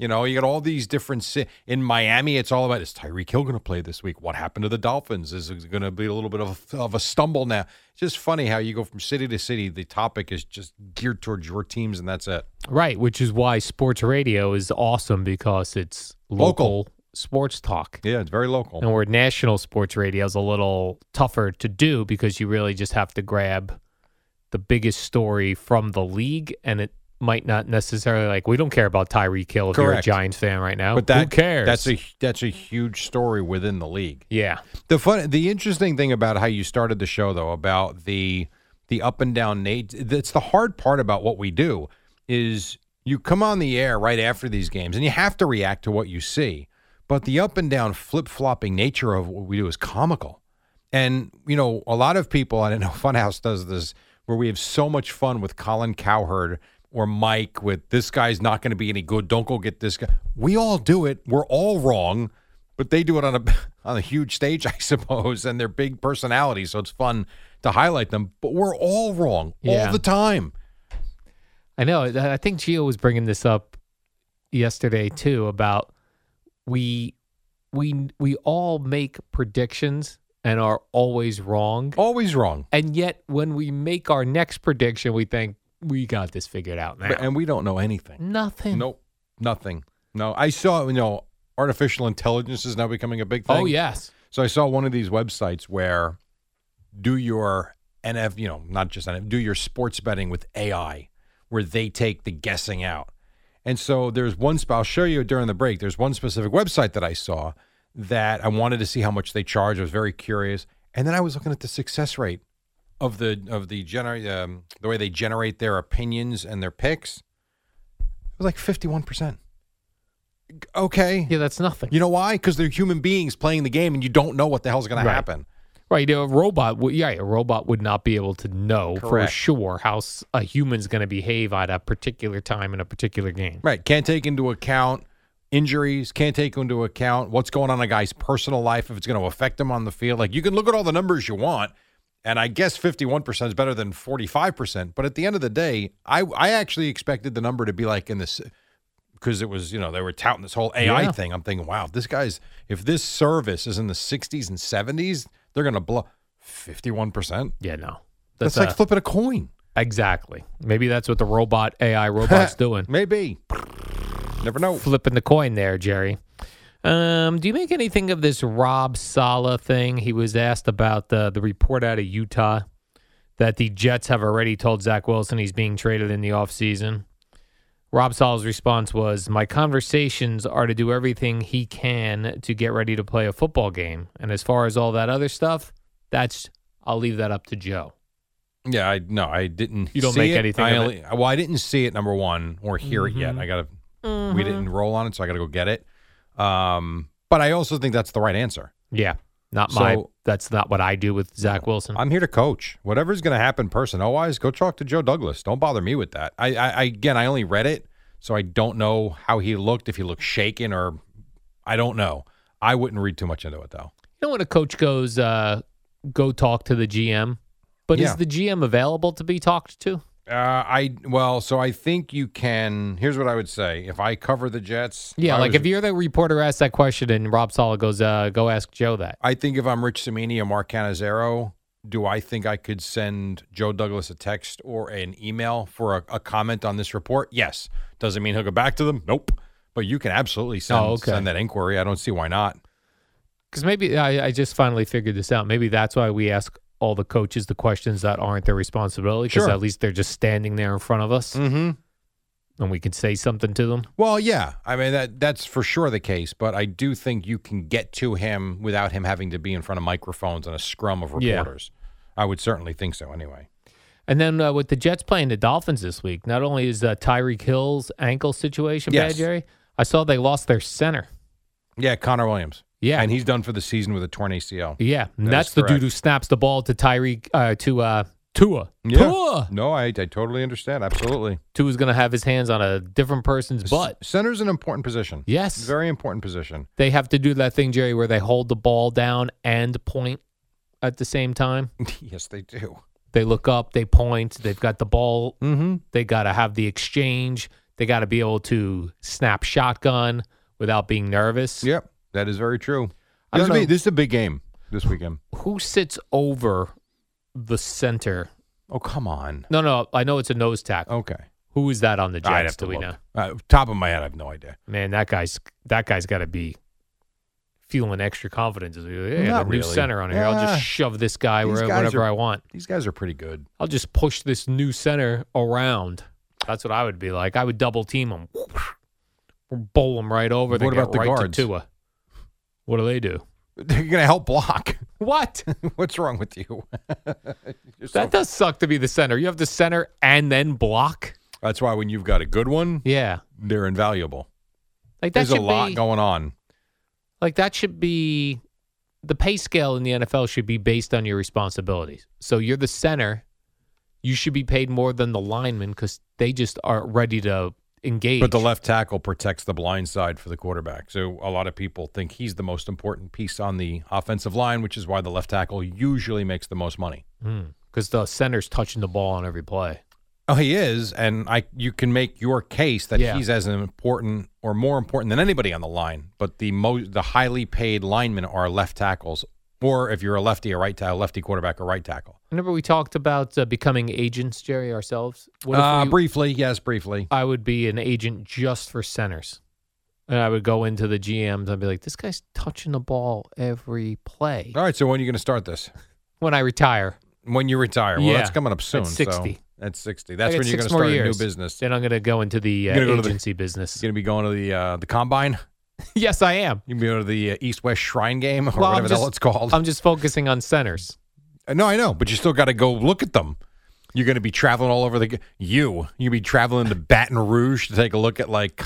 S4: You know, you got all these different. ci- In Miami, it's all about is Tyreek Hill going to play this week? What happened to the Dolphins? Is it going to be a little bit of a, of a stumble now? It's just funny how you go from city to city. The topic is just geared towards your teams, and that's it.
S2: Right, which is why sports radio is awesome because it's
S4: Local.
S2: local, sports talk.
S4: Yeah, it's very local.
S2: And where national sports radio is a little tougher to do because you really just have to grab the biggest story from the league, and it might not necessarily like we don't care about Tyreek Hill if
S4: Correct.
S2: you're a Giants fan right now.
S4: but that
S2: Who cares?
S4: That's a that's a huge story within the league.
S2: yeah.
S4: The fun, the interesting thing about how you started the show, though, about the the up and down Nate. That's the hard part about what we do is you come on the air right after these games, and you have to react to what you see. But the up and down, flip flopping nature of what we do is comical. And you know, a lot of people, and I know [LAUGHS] Funhouse does this, where we have so much fun with Colin Cowherd or Mike with this guy's not going to be any good. Don't go get this guy. We all do it. We're all wrong, but they do it on a [LAUGHS] on a huge stage, [LAUGHS] I suppose, and they're big personalities, so it's fun to highlight them. But we're all wrong
S2: Yeah.
S4: all the time.
S2: I know. I I think Gio was bringing this up yesterday too about we we we all make predictions and are always wrong.
S4: Oh. Always wrong.
S2: And yet, when we make our next prediction, we think we got this figured out now.
S4: But- and we don't know anything.
S2: Nothing.
S4: Nope, nothing. No, I saw you know artificial intelligence is now becoming a big thing.
S2: Oh yes.
S4: So I saw one of these websites where do your NF, you know, not just NF, do your sports betting with AI, where they take the guessing out. And so there's one. sp- I'll show you during the break. There's one specific website that I saw that I wanted to see how much they charge. I was very curious, and then I was looking at the success rate of the of the generate um, the way they generate their opinions and their picks. It was like fifty one percent. Okay.
S2: Yeah, that's nothing.
S4: You know why? Because they're human beings playing the game, and you don't know what the hell's going
S2: Right.
S4: to happen.
S2: Right, a robot. Would, yeah, a robot would not be able to know for
S4: Correct.
S2: sure how s- a human's going to behave at a particular time in a particular game.
S4: Right. Can't take into account injuries, can't take into account what's going on in a guy's personal life, if it's going to affect him on the field. Like you can look at all the numbers you want, and I guess 51% is better than 45%. But at the end of the day, I, I actually expected the number to be like in this because it was, you know, they were touting this whole AI
S2: Yeah.
S4: thing. I'm thinking, wow, this guy's, if this service is in the 60s and 70s, they're going to blow 51%. That's,
S2: Yeah, no,
S4: like
S2: a-
S4: flipping a coin.
S2: exactly. Maybe that's what the robot AI
S4: [LAUGHS]
S2: robot's doing.
S4: Maybe. Never know.
S2: Flipping the coin there, Jerry. Um, do you make anything of this Rob Sala thing? He was asked about the the report out of Utah that the Jets have already told Zach Wilson he's being traded in the offseason. Rob Sala's response was, My conversations are to do everything he can to get ready to play a football game. And as far as all that other stuff, that's I'll leave that up to Joe.
S4: Yeah, I no, I didn't.
S2: You don't
S4: see
S2: make
S4: it.
S2: anything
S4: I
S2: of Mm-hmm.
S4: only- Well, I didn't see it. Number one, or hear it yet. I gotta. We didn't roll on it, so I gotta go get it. Um, but I also think that's the right answer.
S2: Yeah. Not my
S4: So-
S2: that's not what I do with Zach Wilson.
S4: I'm here to coach. Whatever's going to happen, personnel wise, go talk to Joe Douglas. Don't bother me with that. I, I, I again, I only read it, so I don't know how he looked. If he looked shaken or, I don't know. I wouldn't read too much into it though.
S2: You know when a coach goes, uh, go talk to the GM, but
S4: Yeah.
S2: is the GM available to be talked to?
S4: Uh, I well, so I think you can. Here's what I would say: if I cover the Jets,
S2: Yeah,
S4: I
S2: like
S4: was-
S2: if you're the reporter asked that question and Rob Sala goes, uh, go ask Joe that.
S4: I think if I'm Rich Samini or Mark Canizero, do I think I could send Joe Douglas a text or an email for a, a comment on this report? Yes. Doesn't mean he'll go back to them. Nope. But you can absolutely send,
S2: Oh, okay.
S4: send that inquiry. I don't see why not.
S2: Because maybe I, I just finally figured this out. Maybe that's why we ask all the coaches the questions that aren't their responsibility. Because
S4: Sure.
S2: at least they're just standing there in front of us
S4: Mm-hmm.
S2: and we can say something to them.
S4: Well, yeah. I mean that that's for sure the case. But I do think you can get to him without him having to be in front of microphones and a scrum of
S2: Yeah.
S4: reporters. I would certainly think so. Anyway.
S2: And then uh, with the Jets playing the Dolphins this week, not only is uh, Tyreek Hill's ankle situation
S4: Yes.
S2: bad, Jerry, I saw they lost their center.
S4: Yeah, Connor Williams.
S2: Yeah.
S4: and he's done for the season with a torn ACL.
S2: Yeah, and
S4: That
S2: that's
S4: is
S2: the dude
S4: correct.
S2: who snaps the ball to Tyreek uh, to uh, Tua.
S4: Yeah.
S2: Tua.
S4: No, I, I totally understand. Absolutely.
S2: Tua's gonna have his hands on a different person's butt.
S4: S- center's an important position.
S2: Yes.
S4: Very important position. [LAUGHS]
S2: They have to do that thing, Jerry, where they hold the ball down and point at the same time.
S4: yes, they do.
S2: They look up, they point. They've got the ball.
S4: Mm-hmm.
S2: They gotta have the exchange. They gotta be able to snap shotgun without being nervous.
S4: Yep. That is very true.
S2: I don't
S4: This, is,
S2: know.
S4: big- this is a big game this weekend.
S2: Who sits over the center?
S4: Oh, come on.
S2: No, no, I know it's a nose tackle.
S4: Okay.
S2: Who is that on the
S4: Oh. I'd
S2: Jets?
S4: have to
S2: Do we
S4: look.
S2: know?
S4: Uh, top of my head, I have no idea.
S2: man, that guy's that guy's got to be feeling extra confidence. He's like, Hey, I got
S4: Not
S2: a new
S4: really.
S2: center on here. I'll
S4: Yeah.
S2: just shove this guy
S4: These
S2: wherever
S4: guys
S2: whatever
S4: are-
S2: I want.
S4: These guys are pretty good. [LAUGHS]
S2: I'll just push this new center around. That's what I would be like. I would double team him, [SNIFFS] bowl him right over. They
S4: What
S2: get
S4: about the
S2: right
S4: guards?
S2: To Tua. What do they do?
S4: They're going to help block. [LAUGHS]
S2: What?
S4: What's wrong with you? [LAUGHS]
S2: that does suck to be the center. You have the center and then block.
S4: That's why when you've got a good one,
S2: Yeah,
S4: they're invaluable.
S2: like that
S4: There's
S2: should
S4: a lot
S2: be
S4: going on.
S2: like that should be the pay scale in the NFL should be based on your responsibilities. So you're the center, you should be paid more than the linemen because they just aren't ready to engage.
S4: But the left tackle protects the blind side for the quarterback. So a lot of people think he's the most important piece on the offensive line, which is why the left tackle usually makes the most money.
S2: because Hmm. the center's touching the ball on every play.
S4: Oh, he is, and I you can make your case that
S2: Yeah.
S4: he's as important or more important than anybody on the line. But the mo- the highly paid linemen are left tackles, or if you're a lefty, a right tackle, lefty quarterback, or right tackle.
S2: Remember we talked about uh, becoming agents, Jerry, ourselves? What if
S4: Uh,
S2: we-
S4: briefly, yes, briefly.
S2: I would be an agent just for centers. And I would go into the GMs and be like, this guy's touching the ball every play.
S4: All right. So when are you going to start this?
S2: When I retire.
S4: When you retire? Well,
S2: Yeah,
S4: that's coming up soon.
S2: at
S4: so
S2: 60.
S4: at sixty. That's
S2: I got
S4: when you're going
S2: six
S4: to
S2: more
S4: start
S2: years.
S4: a new business.
S2: Then I'm going to go into the uh,
S4: You're gonna go to the-
S2: agency business.
S4: You're going to be going to the uh, the combine.
S2: [LAUGHS] yes, I am.
S4: You're going to be going to the uh, East West Shrine Game or
S2: Well, I'm
S4: whatever the hell
S2: just-
S4: it's called.
S2: I'm just focusing on centers.
S4: Uh, no, I know, but you still got to go look at them. You're going to be traveling all over the g- you. You'll be traveling to Baton Rouge to take a look at like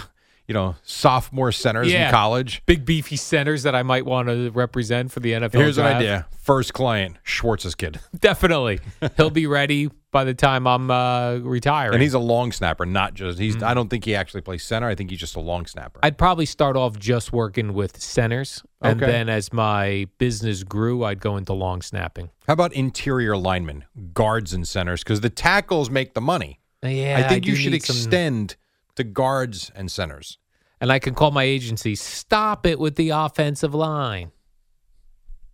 S4: you know sophomore centers
S2: Yeah.
S4: in college.
S2: Big beefy centers that I might want to represent for the NFL.
S4: Here's an
S2: draft.
S4: idea: first client, Schwartz's kid,
S2: [LAUGHS] Definitely. He'll be ready by the time I'm uh, retiring.
S4: and he's a long snapper, not just
S2: Mm.
S4: he's. I don't think he actually plays center. I think he's just a long snapper.
S2: I'd probably start off just working with centers, and
S4: Okay.
S2: then as my business grew, I'd go into long snapping.
S4: How about interior linemen, guards, and centers? Because the tackles make the money.
S2: Yeah,
S4: I think you
S2: do
S4: should
S2: need some-
S4: extend to guards and centers.
S2: and I can call my agency. Stop it with the offensive line,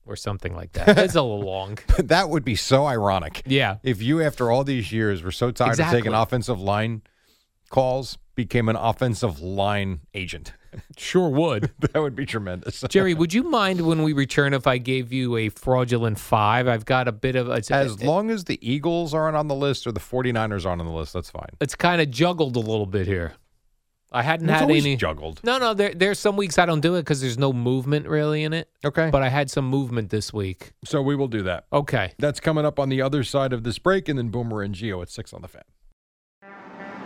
S2: or something like that. That's a little long.
S4: [LAUGHS] that would be so ironic.
S2: [LAUGHS] Yeah,
S4: If you, after all these years, were so tired of taking
S2: Exactly.
S4: offensive line calls, became an offensive line agent, [LAUGHS]
S2: sure would.
S4: that would be tremendous.
S2: Jerry, would you mind when we return if I gave you a fraudulent five? I've got a bit of it's,
S4: [LAUGHS] As long as the Eagles aren't on the list or the 49ers aren't on the list, that's fine.
S2: it's kind of juggled a little bit here. I hadn't
S4: It's
S2: had
S4: always
S2: any
S4: juggled.
S2: No, no. There, there's some weeks I don't do it because there's no movement really in it.
S4: Okay.
S2: But I had some movement this week.
S4: so we will do that.
S2: Okay.
S4: That's coming up on the other side of this break, and then Boomer and Geo at 6 on the fan.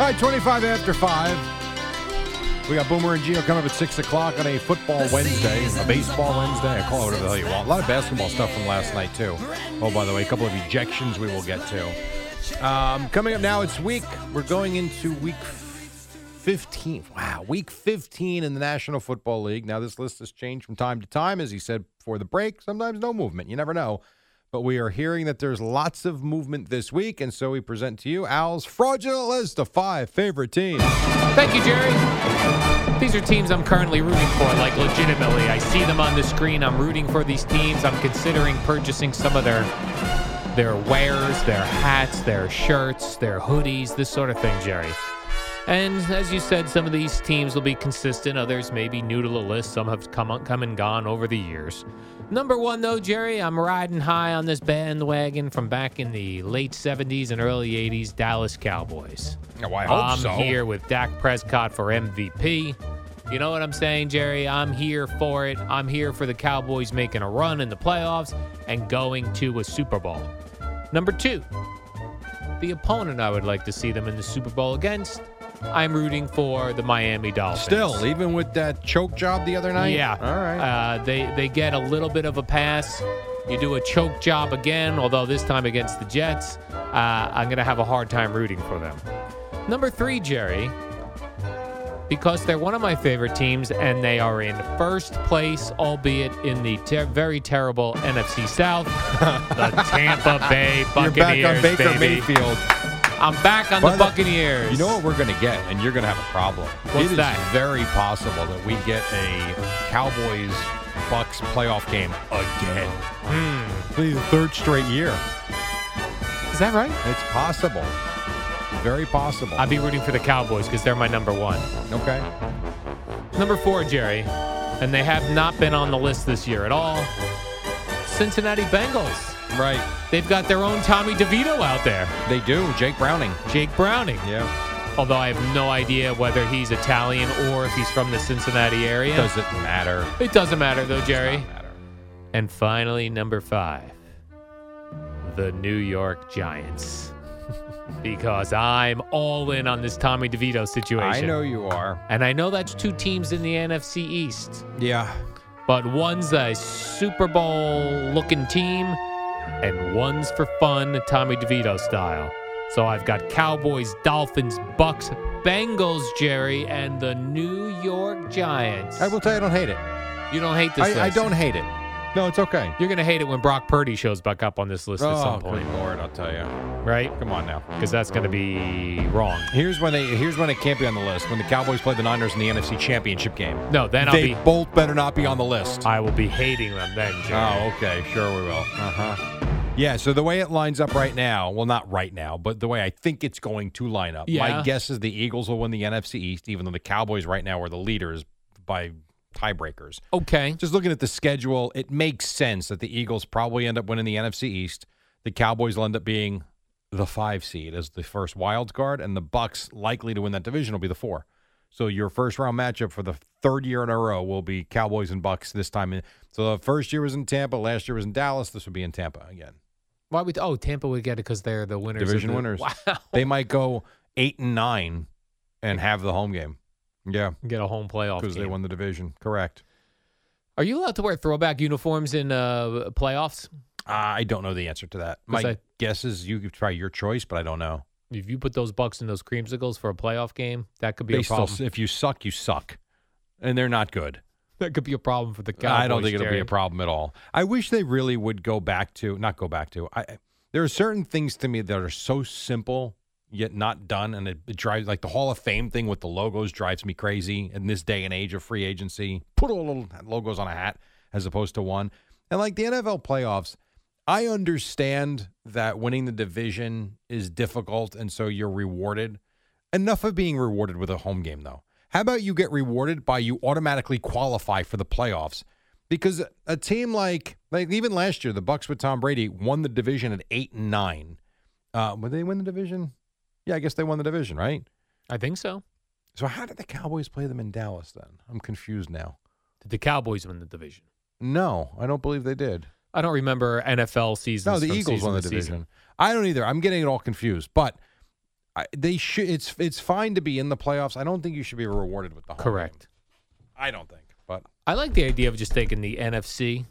S4: All right, 25 after 5. We got Boomer and Geo coming up at 6 o'clock on a football Wednesday, a baseball Wednesday. I call it whatever the hell you want. A lot of basketball stuff from last night, too. Oh, by the way, a couple of ejections we will get to. Um, coming up now, it's week. We're going into week 15. Wow, week 15 in the National Football League. Now, this list has changed from time to time, as he said before the break. Sometimes no movement. You never know. But we are hearing that there's lots of movement this week, and so we present to you Al's fraudulent list of five favorite teams.
S2: Thank you, Jerry. These are teams I'm currently rooting for, like legitimately. I see them on the screen. I'm rooting for these teams. I'm considering purchasing some of their their wares, their hats, their shirts, their hoodies, this sort of thing, Jerry. And as you said, some of these teams will be consistent. Others may be new to the list. Some have come come and gone over the years. Number one, though, Jerry, I'm riding high on this bandwagon from back in the late 70s and early 80s Dallas Cowboys.
S4: Oh, I hope
S2: I'm
S4: so.
S2: here with Dak Prescott for MVP. You know what I'm saying, Jerry? I'm here for it. I'm here for the Cowboys making a run in the playoffs and going to a Super Bowl. Number two, the opponent I would like to see them in the Super Bowl against. I'm rooting for the Miami Dolphins.
S4: Still, even with that choke job the other night?
S2: Yeah.
S4: All right.
S2: Uh, they they get a little bit of a pass. You do a choke job again, although this time against the Jets. Uh, I'm gonna have a hard time rooting for them. Number three, Jerry, because they're one of my favorite teams, and they are in first place, albeit in the ter- very terrible NFC
S4: [LAUGHS]
S2: South. the Tampa Bay
S4: You're
S2: Buccaneers,
S4: back on Baker
S2: baby.
S4: Mayfield.
S2: I'm back on
S4: By
S2: the
S4: the-
S2: Buccaneers.
S4: You know what we're going to get, and you're going to have a problem.
S2: What's
S4: it is
S2: that?
S4: very possible that we get a Cowboys Bucks playoff game again. Hmm. The third straight year.
S2: Is that right?
S4: It's possible. Very possible.
S2: I'd be rooting for the Cowboys because they're my number one.
S4: okay.
S2: Number four, Jerry, and they have not been on the list this year at all. Cincinnati Bengals.
S4: Right.
S2: They've got their own Tommy DeVito out there,
S4: They do. Jake Browning.
S2: Jake Browning.
S4: Yeah.
S2: Although I have no idea whether he's Italian or if he's from the Cincinnati area.
S4: Doesn't matter.
S2: It doesn't matter though, Jerry.
S4: Doesn't matter.
S2: And finally, number five, the New York Giants. [LAUGHS] because I'm all in on this Tommy DeVito situation.
S4: I know you are.
S2: And I know that's two teams in the NFC East,
S4: Yeah.
S2: but one's a Super Bowl looking team and one's for fun, Tommy DeVito style. So I've got Cowboys, Dolphins, Bucks, Bengals, Jerry, and the New York Giants.
S4: I will tell you, I don't hate it.
S2: You don't hate this
S4: I, I
S2: list.
S4: don't hate it. No, it's okay.
S2: You're going to hate it when Brock Purdy shows back up on this list at
S4: Oh,
S2: some
S4: good
S2: point,
S4: lord! I'll tell you.
S2: right?
S4: Come on now.
S2: Because that's going to be wrong.
S4: Here's when they. Here's when it can't be on the list. When the Cowboys play the Niners in the NFC Championship game.
S2: No, then I'll
S4: they
S2: be
S4: both better not be on the list.
S2: I will be hating them then, Jerry.
S4: Oh, okay. Sure, we will. Uh huh. Yeah. So the way it lines up right now, well, not right now, but the way I think it's going to line up.
S2: Yeah.
S4: My guess is the Eagles will win the NFC East, even though the Cowboys right now are the leaders by tiebreakers.
S2: Okay.
S4: Just looking at the schedule, it makes sense that the Eagles probably end up winning the NFC East. The Cowboys will end up being the five seed as the first wild card, and the Bucks likely to win that division will be the four. So your first round matchup for the third year in a row will be Cowboys and Bucks this time. So the first year was in Tampa, last year was in Dallas. This would be in Tampa again.
S2: Why would oh Tampa would get it because they're the winners of
S4: Division
S2: the-
S4: winners.
S2: [LAUGHS] Wow.
S4: They might go eight and nine and have the home game. Yeah,
S2: get a home
S4: [LAUGHS]
S2: playoff
S4: because they
S2: game.
S4: won the division. Correct.
S2: Are you allowed to wear throwback uniforms in uh, playoffs?
S4: Uh, I don't know the answer to that. My
S2: I-
S4: guess is you could try your choice, but I don't know.
S2: If you put those bucks in those creamsicles for a playoff game, that could be
S4: They
S2: a problem.
S4: still, if you suck, you suck, and they're not good.
S2: that could be a problem for the Cowboys.
S4: I don't think it'll be
S2: Jerry.
S4: a problem at all. I wish they really would go back to not go back to. I there are certain things to me that are so simple yet not done, and it, it drives like the Hall of Fame thing with the logos drives me crazy in this day and age of free agency. Put all little logos on a hat as opposed to one, and like the NFL playoffs. I understand that winning the division is difficult, and so you're rewarded. Enough of being rewarded with a home game, though. How about you get rewarded by you automatically qualify for the playoffs? Because a team like like even last year, the Bucks with Tom Brady won the division at eight and nine. Uh, would they win the division? Yeah, I guess they won the division, right?
S2: I think so.
S4: So how did the Cowboys play them in Dallas then? I'm confused now.
S2: Did the Cowboys win the division?
S4: No, I don't believe they did.
S2: I don't remember NFL seasons.
S4: No, the
S2: from
S4: Eagles
S2: season
S4: won the
S2: to
S4: division.
S2: season.
S4: I don't either. I'm getting it all confused, but I, they should. It's it's fine to be in the playoffs. I don't think you should be rewarded with the home
S2: Correct.
S4: game. I don't think, but
S2: I like the idea of just taking the NFC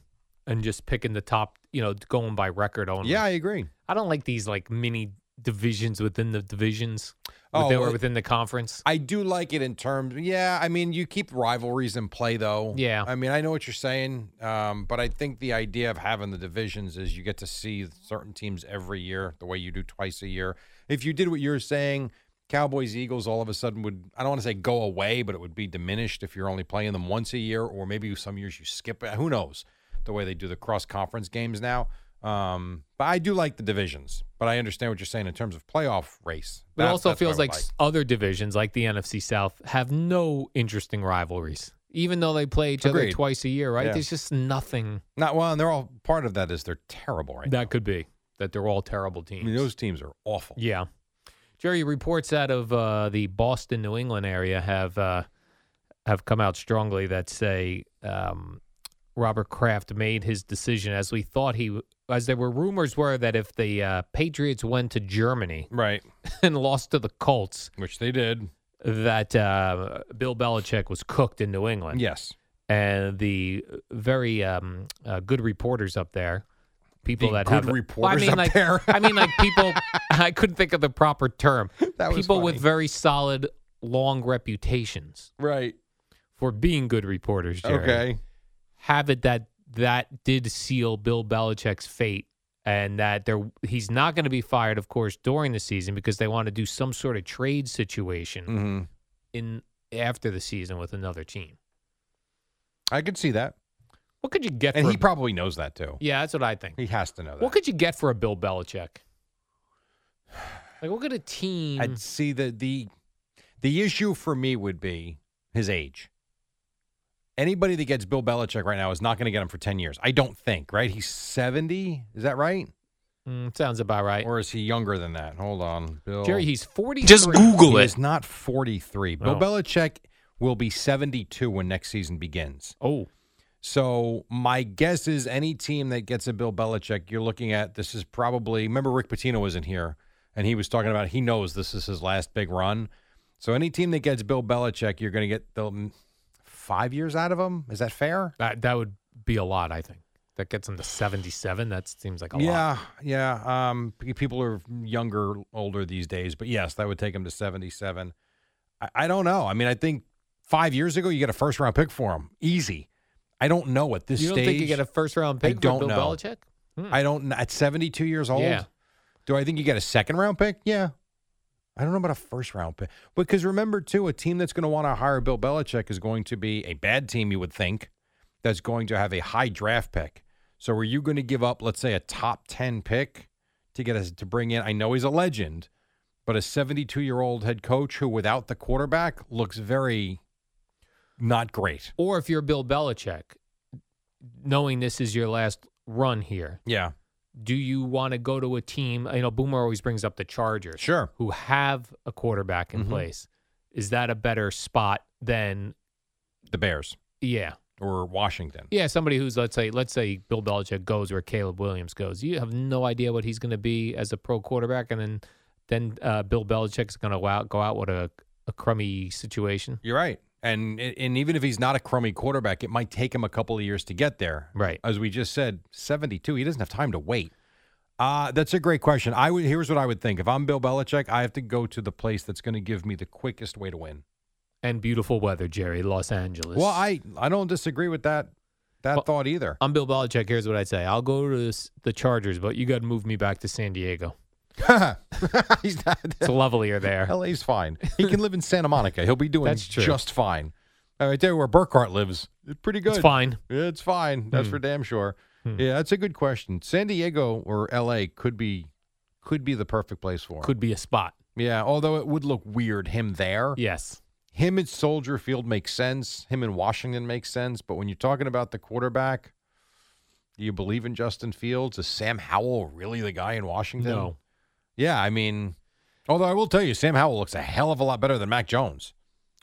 S2: and just picking the top, you know, going by record only.
S4: yeah, I agree.
S2: I don't like these like mini divisions within the divisions
S4: Oh,
S2: that were
S4: well-
S2: within the conference.
S4: I do like it in terms. Yeah, I mean, you keep rivalries in play, though.
S2: Yeah.
S4: I mean, I know what you're saying, um, but I think the idea of having the divisions is you get to see certain teams every year, the way you do twice a year. If you did what you're saying, Cowboys Eagles all of a sudden would I don't want to say go away, but it would be diminished if you're only playing them once a year, or maybe some years you skip it. Who knows? The way they do the cross conference games now. Um, but I do like the divisions, but I understand what you're saying in terms of playoff race.
S2: But it
S4: That-
S2: also
S4: that's what I
S2: feels
S4: would
S2: like, s other divisions, like the NFC South, have no interesting rivalries, even though they play each other
S4: Agreed.
S2: twice a year. Right?
S4: Yeah.
S2: There's just nothing
S4: Not well, and they're all part of that is they're terrible right
S2: that could be that they're all terrible
S4: now.
S2: teams.
S4: I mean, those teams are awful.
S2: Yeah. Jerry reports out of uh, the Boston, New England area have uh, have come out strongly that say um, Robert Kraft made his decision as we thought he, as there were rumors were that if the uh, Patriots went to Germany [LAUGHS]
S4: Right.
S2: and lost to the Colts,
S4: Which they did.
S2: that uh, Bill Belichick was cooked in New England.
S4: Yes.
S2: and the very um, uh, good reporters up there. People
S4: The
S2: that
S4: good
S2: have
S4: reporters
S2: I mean,
S4: up
S2: like,
S4: there.
S2: I mean, like
S4: [LAUGHS]
S2: people. [LAUGHS] I couldn't think of the proper term.
S4: That was
S2: people with
S4: funny.
S2: very solid, long reputations
S4: Right.
S2: for being good reporters. Jerry, have it that that did seal Bill Belichick's fate, and that there he's not going to be fired, of course, during the season because they want to do some sort of trade situation
S4: hmm
S2: in after the season with another team.
S4: I could see that.
S2: What could you get?
S4: And
S2: for
S4: he probably knows that too.
S2: yeah, that's what I think.
S4: He has to know that.
S2: What could you get for a Bill
S4: [SIGHS]
S2: Belichick? Like, what could a team?
S4: I'd see the the the issue for me would be his age. Anybody that gets Bill Belichick right now is not going to get him for 10 years. I don't think, right? He's 70. Is that right?
S2: Mm, sounds about right.
S4: Or is he younger than that? Hold on. Bill.
S2: Jerry, he's forty.
S4: he is not 43.
S2: No.
S4: Bill Belichick will be 72 when next season begins.
S2: Oh,
S4: So my guess is any team that gets a Bill Belichick, you're looking at this is probably. Remember Rick Pitino was in here and he was talking about he knows this is his last big run. So any team that gets Bill Belichick, you're going to get the mm, five years out of him. Is that fair?
S2: That that would be a lot, I think. That gets him to seventy-seven. That seems like a lot.
S4: yeah, yeah. Um, p- people are younger, older these days, but yes, that would take him to seventy-seven. I, I don't know. I mean, I think five years ago you get a first-round pick for him, easy. I don't know at this
S2: you don't
S4: stage.
S2: think you get a first-round pick
S4: I don't
S2: for Bill
S4: know.
S2: Belichick?
S4: I don't kn- at 72 years old.
S2: Yeah.
S4: Do I think you get a second round pick? Yeah. I don't know about a first round pick. Because remember too, a team that's going to want to hire Bill Belichick is going to be a bad team you would think that's going to have a high draft pick. So are you going to give up let's say a top 10 pick to get us to bring in I know he's a legend, but a 72-year-old head coach who without the quarterback looks very not great.
S2: Or if you're Bill Belichick, knowing this is your last run here,
S4: Yeah.
S2: do you want to go to a team? You know, Boomer always brings up the Chargers,
S4: Sure.
S2: who have a quarterback in
S4: Mhm.
S2: place. Is that a better spot than
S4: The Bears
S2: yeah,
S4: or Washington.
S2: yeah? Somebody who's let's say let's say Bill Belichick goes where Caleb Williams goes. You have no idea what he's going to be as a pro quarterback, and then then uh, Bill Belichick's going to go out go out with a, a crummy situation.
S4: You're right. And and even if he's not a crummy quarterback, it might take him a couple of years to get there.
S2: Right.
S4: As we just said, 72, he doesn't have time to wait. Uh, that's a great question. I would here's what I would think. If I'm Bill Belichick, I have to go to the place that's going to give me the quickest way to win.
S2: And beautiful weather, Jerry, Los Angeles.
S4: Well, I I don't disagree with that that
S2: Well-
S4: thought either.
S2: I'm Bill Belichick. Here's what I'd say: I'll go to this, the Chargers, but you got to move me back to San Diego.
S4: [LAUGHS] he's not
S2: uh, [LAUGHS]
S4: [LAUGHS]
S2: It's lovelier there.
S4: LA's fine. He can live in Santa Monica. He'll be doing
S2: That's true.
S4: just fine. Uh, Right there where Burkhart lives. It's pretty good.
S2: It's fine.
S4: Yeah, It's fine. That's
S2: Hmm.
S4: for damn sure. Yeah, that's a good question. San Diego or LA could be could be the perfect place for him.
S2: Could be a spot.
S4: Yeah, although it would look weird him there.
S2: Yes.
S4: Him at Soldier Field makes sense. Him in Washington makes sense. But when you're talking about the quarterback, do you believe in Justin Fields? Is Sam Howell really the guy in Washington?
S2: No.
S4: Yeah, I mean, although I will tell you, Sam Howell looks a hell of a lot better than Mac Jones.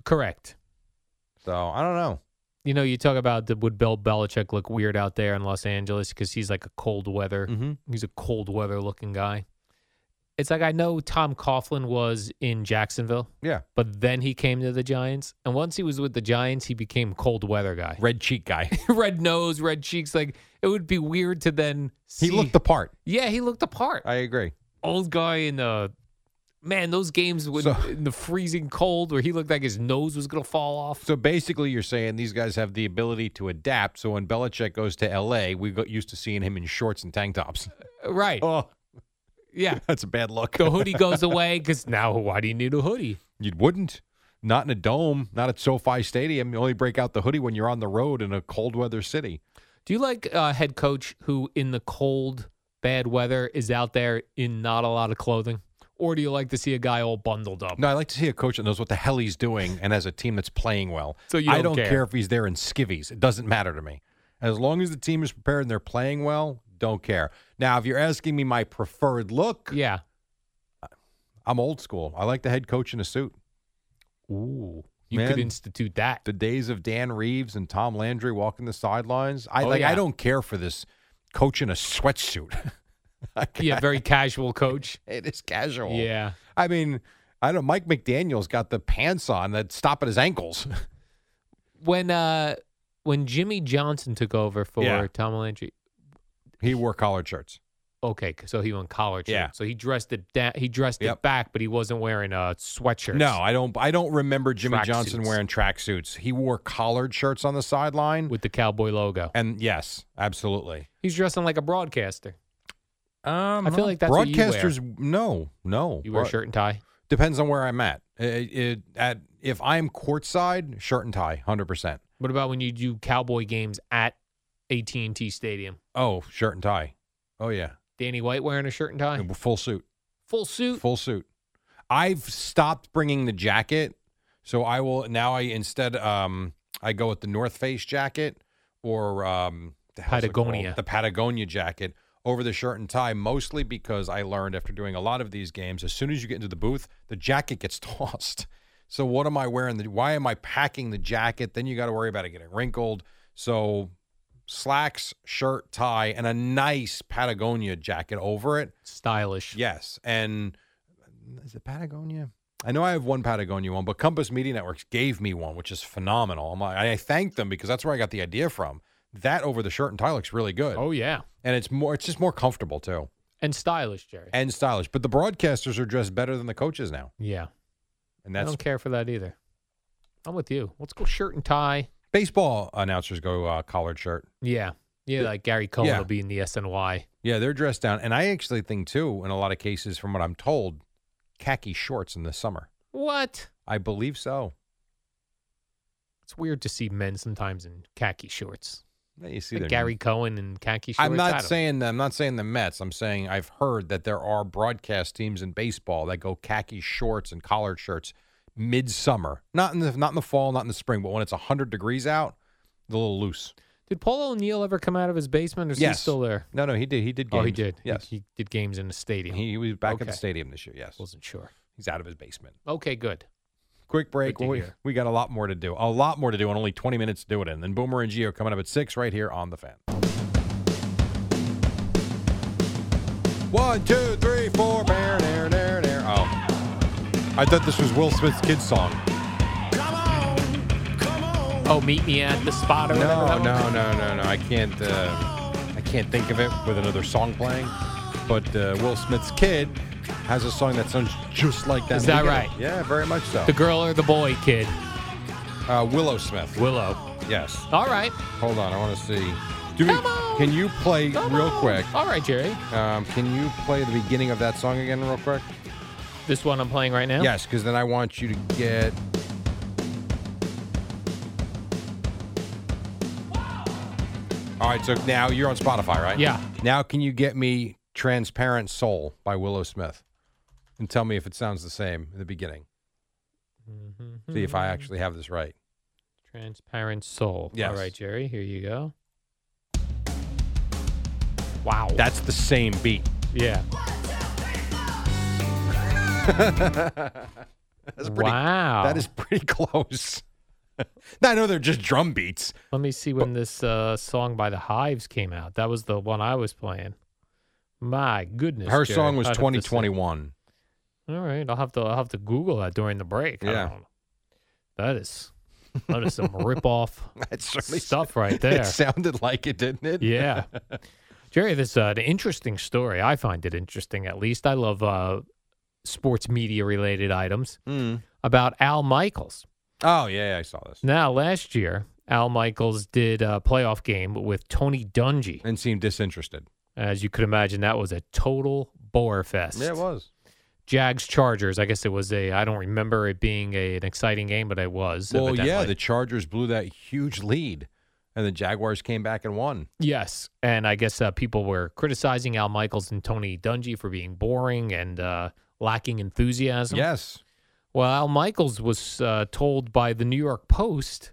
S2: Correct.
S4: So I don't know.
S2: You know, you talk about the, would Bill Belichick look weird out there in Los Angeles because he's like a cold weather.
S4: Mhm.
S2: He's a cold weather looking guy. It's like I know Tom Coughlin was in Jacksonville,
S4: Yeah,
S2: but then he came to the Giants, and once he was with the Giants, he became cold weather
S4: [LAUGHS]
S2: guy. [LAUGHS]
S4: red cheek guy.
S2: red nose, red cheeks. Like it would be weird to then. See.
S4: he looked the part.
S2: Yeah, he looked apart.
S4: I agree.
S2: old guy in the man those games when
S4: So-
S2: in the freezing cold where he looked like his nose was gonna fall off
S4: So basically, you're saying these guys have the ability to adapt. So when Belichick goes to L.A., we got used to seeing him in shorts and tank tops. [LAUGHS]
S2: right
S4: Oh,
S2: yeah
S4: that's a bad look.
S2: the hoodie goes away because now why do you need a hoodie
S4: [LAUGHS] You wouldn't. Not in a dome. Not at SoFi Stadium. You only break out the hoodie when you're on the road in a cold weather city.
S2: do you like a head coach who in the cold bad weather is out there in not a lot of clothing or do you like to see a guy all bundled up
S4: No, I like to see a coach that knows what the hell he's doing and has a team that's playing [LAUGHS] well.
S2: So you
S4: I
S2: don't
S4: don't
S2: care.
S4: care. if he's there in skivvies. It doesn't matter to me. As long as the team is prepared and they're playing well, don't care. Now, if you're asking me my preferred look,
S2: yeah
S4: I'm old school. I like the head coach in a suit.
S2: ooh you
S4: Man.
S2: could institute that
S4: The days of Dan Reeves and Tom Landry walking the sidelines. I
S2: Oh,
S4: like.
S2: yeah.
S4: I don't care for this coach in a sweatsuit. [LAUGHS] Like,
S2: yeah very casual coach
S4: [LAUGHS] it is casual.
S2: yeah
S4: I mean, I don't. Mike McDaniel's got the pants on that stop at his ankles. [LAUGHS]
S2: when uh when jimmy johnson took over for
S4: Yeah.
S2: tom landry
S4: he wore collared shirts.
S2: Okay, c- so he went collar shirt.
S4: Yeah.
S2: So he dressed it down. He dressed it
S4: Yep.
S2: back, but he wasn't wearing a sweatshirt.
S4: No, I don't. I don't remember Jimmy
S2: Track
S4: Johnson
S2: suits.
S4: wearing tracksuits. He wore collared shirts on the sideline.
S2: with the cowboy logo.
S4: and yes, absolutely.
S2: He's dressing like a broadcaster.
S4: Um,
S2: I feel like that's what you wear.
S4: broadcasters. No, no.
S2: You wear
S4: Bro-
S2: shirt and tie.
S4: Depends on where I'm at. It, it, at if I'm courtside, shirt and tie, hundred percent.
S2: What about when you do cowboy games at AT and T Stadium?
S4: Oh, shirt and tie. Oh yeah,
S2: Danny White wearing a shirt and tie,
S4: And full suit.
S2: full suit.
S4: Full suit. I've stopped bringing the jacket, so I will now. I instead, um, I go with the North Face jacket or um, the hell's it called?
S2: Patagonia.
S4: the Patagonia jacket over the shirt and tie, mostly because I learned after doing a lot of these games, as soon as you get into the booth, the jacket gets [LAUGHS] tossed. So what am I wearing? The, why am I packing the jacket? Then you got to worry about it getting wrinkled. So slacks, shirt, tie, and a nice Patagonia jacket over it.
S2: Stylish.
S4: Yes, and Is it Patagonia? I know I have one Patagonia one, but Compass Media Networks gave me one, which is phenomenal. I'm, I I thank them because that's where I got the idea from. That over the shirt and tie looks really good.
S2: Oh yeah,
S4: and it's more. It's just more comfortable too,
S2: and stylish, Jerry.
S4: and stylish. But the broadcasters are dressed better than the coaches now,
S2: Yeah,
S4: and
S2: I
S4: that's
S2: don't care for that either. I'm with you. Let's go shirt and tie.
S4: baseball announcers go uh, collared shirt.
S2: Yeah, yeah. Like Gary Cohen
S4: Yeah.
S2: will be in the SNY.
S4: Yeah, they're dressed down, and I actually think too, in a lot of cases, from what I'm told, khaki shorts in the summer.
S2: What?
S4: I believe so.
S2: It's weird to see men sometimes in khaki shorts.
S4: Yeah, You see,
S2: Like
S4: their-
S2: Gary Cohen in khaki shorts.
S4: I'm
S2: I
S4: not
S2: don't-
S4: saying I'm not saying the Mets. I'm saying I've heard that there are broadcast teams in baseball that go khaki shorts and collared shirts midsummer, not in the not in the fall, not in the spring, but when it's hundred degrees out, they're a little loose.
S2: Did Paul O'Neill ever come out of his basement, or is
S4: Yes.
S2: he still there?
S4: No, no, he did. He did. Games.
S2: Oh, he did. He-
S4: Yes,
S2: he, did games in the stadium.
S4: he, he was back at the
S2: Okay.
S4: stadium this year. Yes,
S2: Wasn't sure.
S4: he's out of his basement.
S2: Okay, good.
S4: Quick break.
S2: Good to
S4: We,
S2: hear.
S4: we got a lot more to do. A lot more to do, and only 20 minutes to do it in. Then Boomer and Geo coming up at 6 right here on The Fan. One, two, three, four. Bear, there, there, there. Oh. I thought this was Will Smith's kid's song.
S2: Oh, meet me at the spot or whatever.
S4: No,
S2: that was?
S4: no, no, no, no. I can't. Uh, I can't think of it with another song playing. But uh, Will Smith's kid has a song that sounds just like that.
S2: Is that
S4: We get
S2: right?
S4: it. Yeah, very much so.
S2: The girl or the boy, kid?
S4: Uh, Willow Smith.
S2: Willow.
S4: Yes.
S2: All right.
S4: Hold on, I want to see. Do we, Can you play real quick?
S2: All right, Jerry.
S4: Um, can you play the beginning of that song again, real quick?
S2: This one I'm playing right now.
S4: Yes, because then I want you to get. All right, so now you're on Spotify, right?
S2: Yeah.
S4: Now, can you get me "Transparent Soul" by Willow Smith, and tell me if it sounds the same in the beginning? See if I actually have this right.
S2: Transparent soul.
S4: Yes.
S2: All right, Jerry. Here you go. Wow.
S4: That's the same beat.
S2: yeah.
S4: [LAUGHS] That's pretty,
S2: wow.
S4: That is pretty [LAUGHS] close. I know they're just drum beats.
S2: Let me see when this uh, song by the Hives came out. That was the one I was playing. My goodness.
S4: Her
S2: Jerry.
S4: song was
S2: I'd have to say-
S4: [LAUGHS] 2021.
S2: All right, I'll have to I'll have to Google that during the break. I
S4: Yeah.
S2: don't- That is that is some rip off
S4: It certainly
S2: stuff right there.
S4: [LAUGHS] It sounded like it, didn't it? [LAUGHS]
S2: Yeah. Jerry, this is uh, an interesting story. I find it interesting, at least. I love uh, sports media related items
S4: Mm.
S2: about Al Michaels.
S4: Oh yeah, yeah, I saw this
S2: Now, last year, Al Michaels did a playoff game with Tony Dungy.
S4: and seemed disinterested.
S2: As you could imagine, that was a total bore fest.
S4: Yeah, it was.
S2: Jags Chargers. I guess it was a, I don't remember it being a, an exciting game, but it was.
S4: Well, yeah,
S2: evidently.
S4: the Chargers blew that huge lead, and the Jaguars came back and won.
S2: Yes, and I guess uh, people were criticizing Al Michaels and Tony Dungy for being boring and uh, lacking enthusiasm.
S4: Yes,
S2: Well, Al Michaels was uh, told by the New York Post.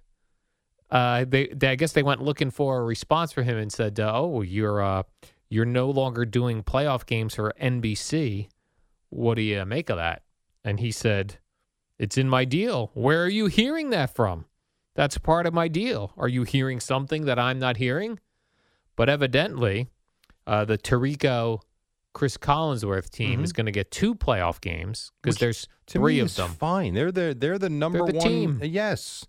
S2: Uh, they, they, I guess they went looking for a response for him and said, uh, "Oh, you're uh, you're no longer doing playoff games for NBC. What do you make of that?" And he said, "It's in my deal. Where are you hearing that from? That's part of my deal. Are you hearing something that I'm not hearing?" But evidently, uh, the Tarico Chris Collinsworth team
S4: Mhm.
S2: is going to get two playoff games because
S4: Which
S2: there's
S4: to
S2: three
S4: me
S2: of
S4: is
S2: them.
S4: Fine, they're the they're the number
S2: the
S4: one
S2: team.
S4: Yes.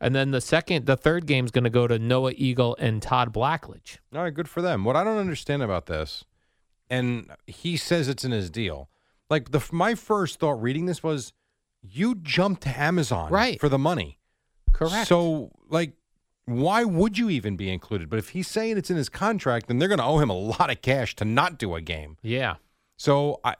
S2: And then the second, the third game's going to go to Noah Eagle and Todd Blackledge.
S4: All right, good for them. What I don't understand about this, and he says it's in his deal. Like the my first thought reading this was, you jumped to Amazon
S2: Right.
S4: for the money. So, like, why would you even be included? But if he's saying it's in his contract, then they're going to owe him a lot of cash to not do a game.
S2: yeah,
S4: So, I,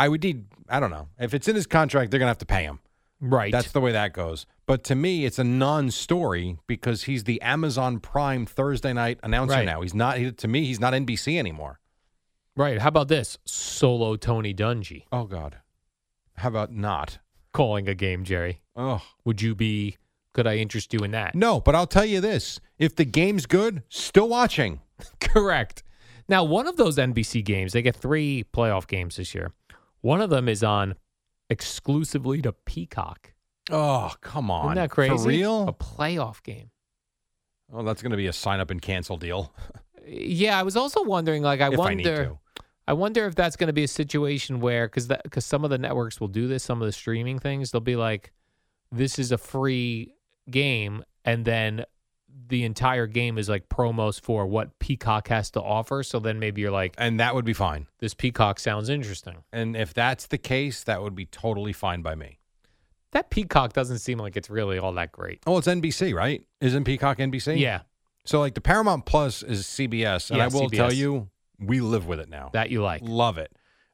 S4: I would need, I don't know. If it's in his contract, they're going to have to pay him.
S2: right.
S4: That's the way that goes. But to me, it's a non-story because he's the Amazon Prime Thursday night announcer
S2: Right.
S4: now. He's not. He, to me, he's not NBC anymore.
S2: right. How about this? Solo Tony Dungy
S4: Oh God, how about not?
S2: calling a game, Jerry.
S4: Oh
S2: Would you be, could I interest you in that?
S4: no, but I'll tell you this: if the game's good, still watching.
S2: [LAUGHS] Correct. Now, one of those NBC games, they get three playoff games this year. One of them is on exclusively to Peacock.
S4: Oh come on,
S2: Isn't that crazy?
S4: For
S2: A
S4: real?
S2: playoff game.
S4: Oh, that's going to be a sign up and cancel deal.
S2: Yeah, I was also wondering, like, I
S4: if
S2: wonder.
S4: I need to.
S2: I wonder if that's going to be a situation where because that because some of the networks will do this, some of the streaming things, they'll be like, "This is a free game," and then the entire game is like promos for what Peacock has to offer. So then maybe you're like,
S4: and that would be fine.
S2: This Peacock sounds interesting,
S4: and if that's the case, that would be totally fine by me.
S2: That Peacock doesn't seem like it's really all that great.
S4: Oh, it's NBC, right? Isn't Peacock NBC?
S2: Yeah.
S4: So like the Paramount Plus is CBS, and
S2: Yeah,
S4: I will
S2: CBS.
S4: tell you, we live with it now.
S2: That you like.
S4: love it.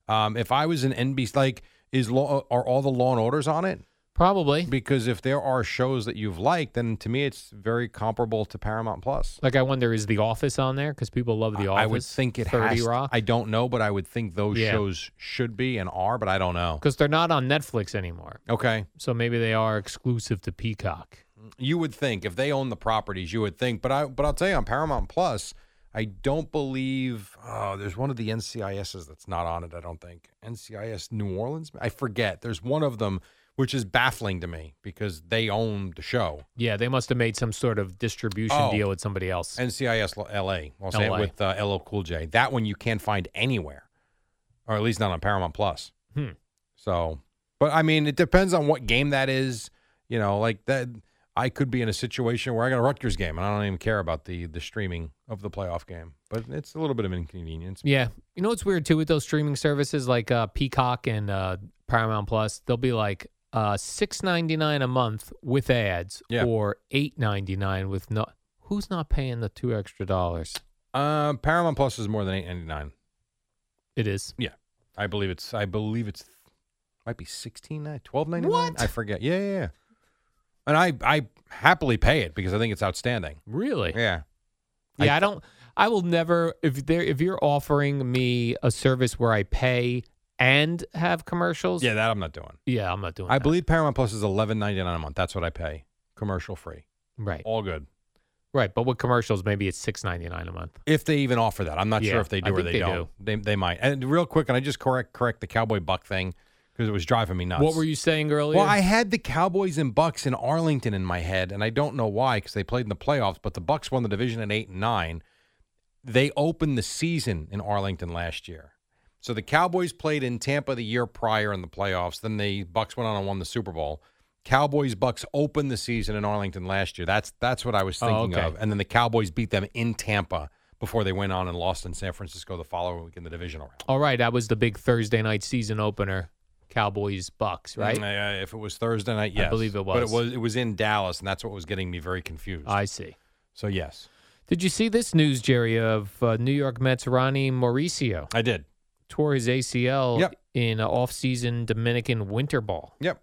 S4: Um, if I was an NBC, like is law are all the Law and Orders on it?
S2: Probably
S4: because if there are shows that you've liked, then to me it's very comparable to Paramount Plus.
S2: Like I wonder, is The Office on there? Because people love The Office.
S4: I would think it
S2: Thirty
S4: has.
S2: Rock
S4: I don't know, but I would think those
S2: Yeah.
S4: shows should be and are, but I don't know.
S2: because they're not on Netflix anymore.
S4: Okay,
S2: So maybe they are exclusive to Peacock.
S4: you would think if they own the properties, you would think. But I, but I'll tell you on Paramount Plus, I don't believe. Oh, there's one of the NCISs that's not on it. I don't think NCIS New Orleans. I forget. There's one of them which is baffling to me because they own the show.
S2: Yeah, they must have made some sort of distribution
S4: Oh.
S2: deal with somebody else.
S4: NCIS L- LA, Los Angeles
S2: LA.
S4: with uh, LL Cool J. That one you can't find anywhere, or at least not on Paramount Plus.
S2: Hmm.
S4: So, but I mean, it depends on what game that is. You know, like that, I could be in a situation where I got a Rutgers game and I don't even care about the the streaming of the playoff game. But it's a little bit of inconvenience.
S2: Yeah, you know what's weird too with those streaming services like uh, Peacock and uh, Paramount Plus? They'll be like uh, six ninety nine a month with ads,
S4: Yeah.
S2: or eight ninety nine with no. Who's not paying the two extra dollars?
S4: Um, Paramount Plus is more than eight ninety nine.
S2: It is.
S4: Yeah, I believe it's. I believe it's. Might be sixteen nine, twelve ninety nine.
S2: What?
S4: I forget. Yeah, yeah, yeah. And I, I happily pay it because I think it's outstanding.
S2: Really?
S4: Yeah.
S2: Yeah, I, don't. I will never if there if you're offering me a service where I pay and have commercials.
S4: Yeah, that I'm not doing.
S2: Yeah, I'm not doing.
S4: I
S2: that.
S4: believe Paramount Plus is eleven ninety nine a month. That's what I pay, commercial free,
S2: right,
S4: all good.
S2: right. But with commercials, maybe it's six ninety nine a month.
S4: If they even offer that, I'm not
S2: Yeah,
S4: sure if they
S2: I
S4: do or
S2: think
S4: they,
S2: they
S4: don't.
S2: do.
S4: They they might. And real quick, and I just correct correct the Cowboy Buck thing because it was driving me nuts.
S2: What were you saying earlier?
S4: Well, I had the Cowboys and Bucks in Arlington in my head, and I don't know why because they played in the playoffs. But the Bucks won the division in eight and nine. They opened the season in Arlington last year, so the Cowboys played in Tampa the year prior in the playoffs. Then the Bucks went on and won the Super Bowl. Cowboys Bucks opened the season in Arlington last year. That's that's what I was
S2: Oh,
S4: thinking
S2: okay.
S4: of. And then the Cowboys beat them in Tampa before they went on and lost in San Francisco the following week in the divisional round.
S2: All right, that was the big Thursday night season opener, Cowboys Bucks, right?
S4: Uh, if it was Thursday night,
S2: I
S4: yes,
S2: believe it
S4: But it
S2: was.
S4: was it was in Dallas, and that's what was getting me very confused.
S2: I see.
S4: so yes,
S2: Did you see this news, Jerry, of uh, New York Mets Ronnie Mauricio
S4: I did.
S2: tore his ACL
S4: Yep.
S2: in an off-season Dominican winter ball?
S4: Yep,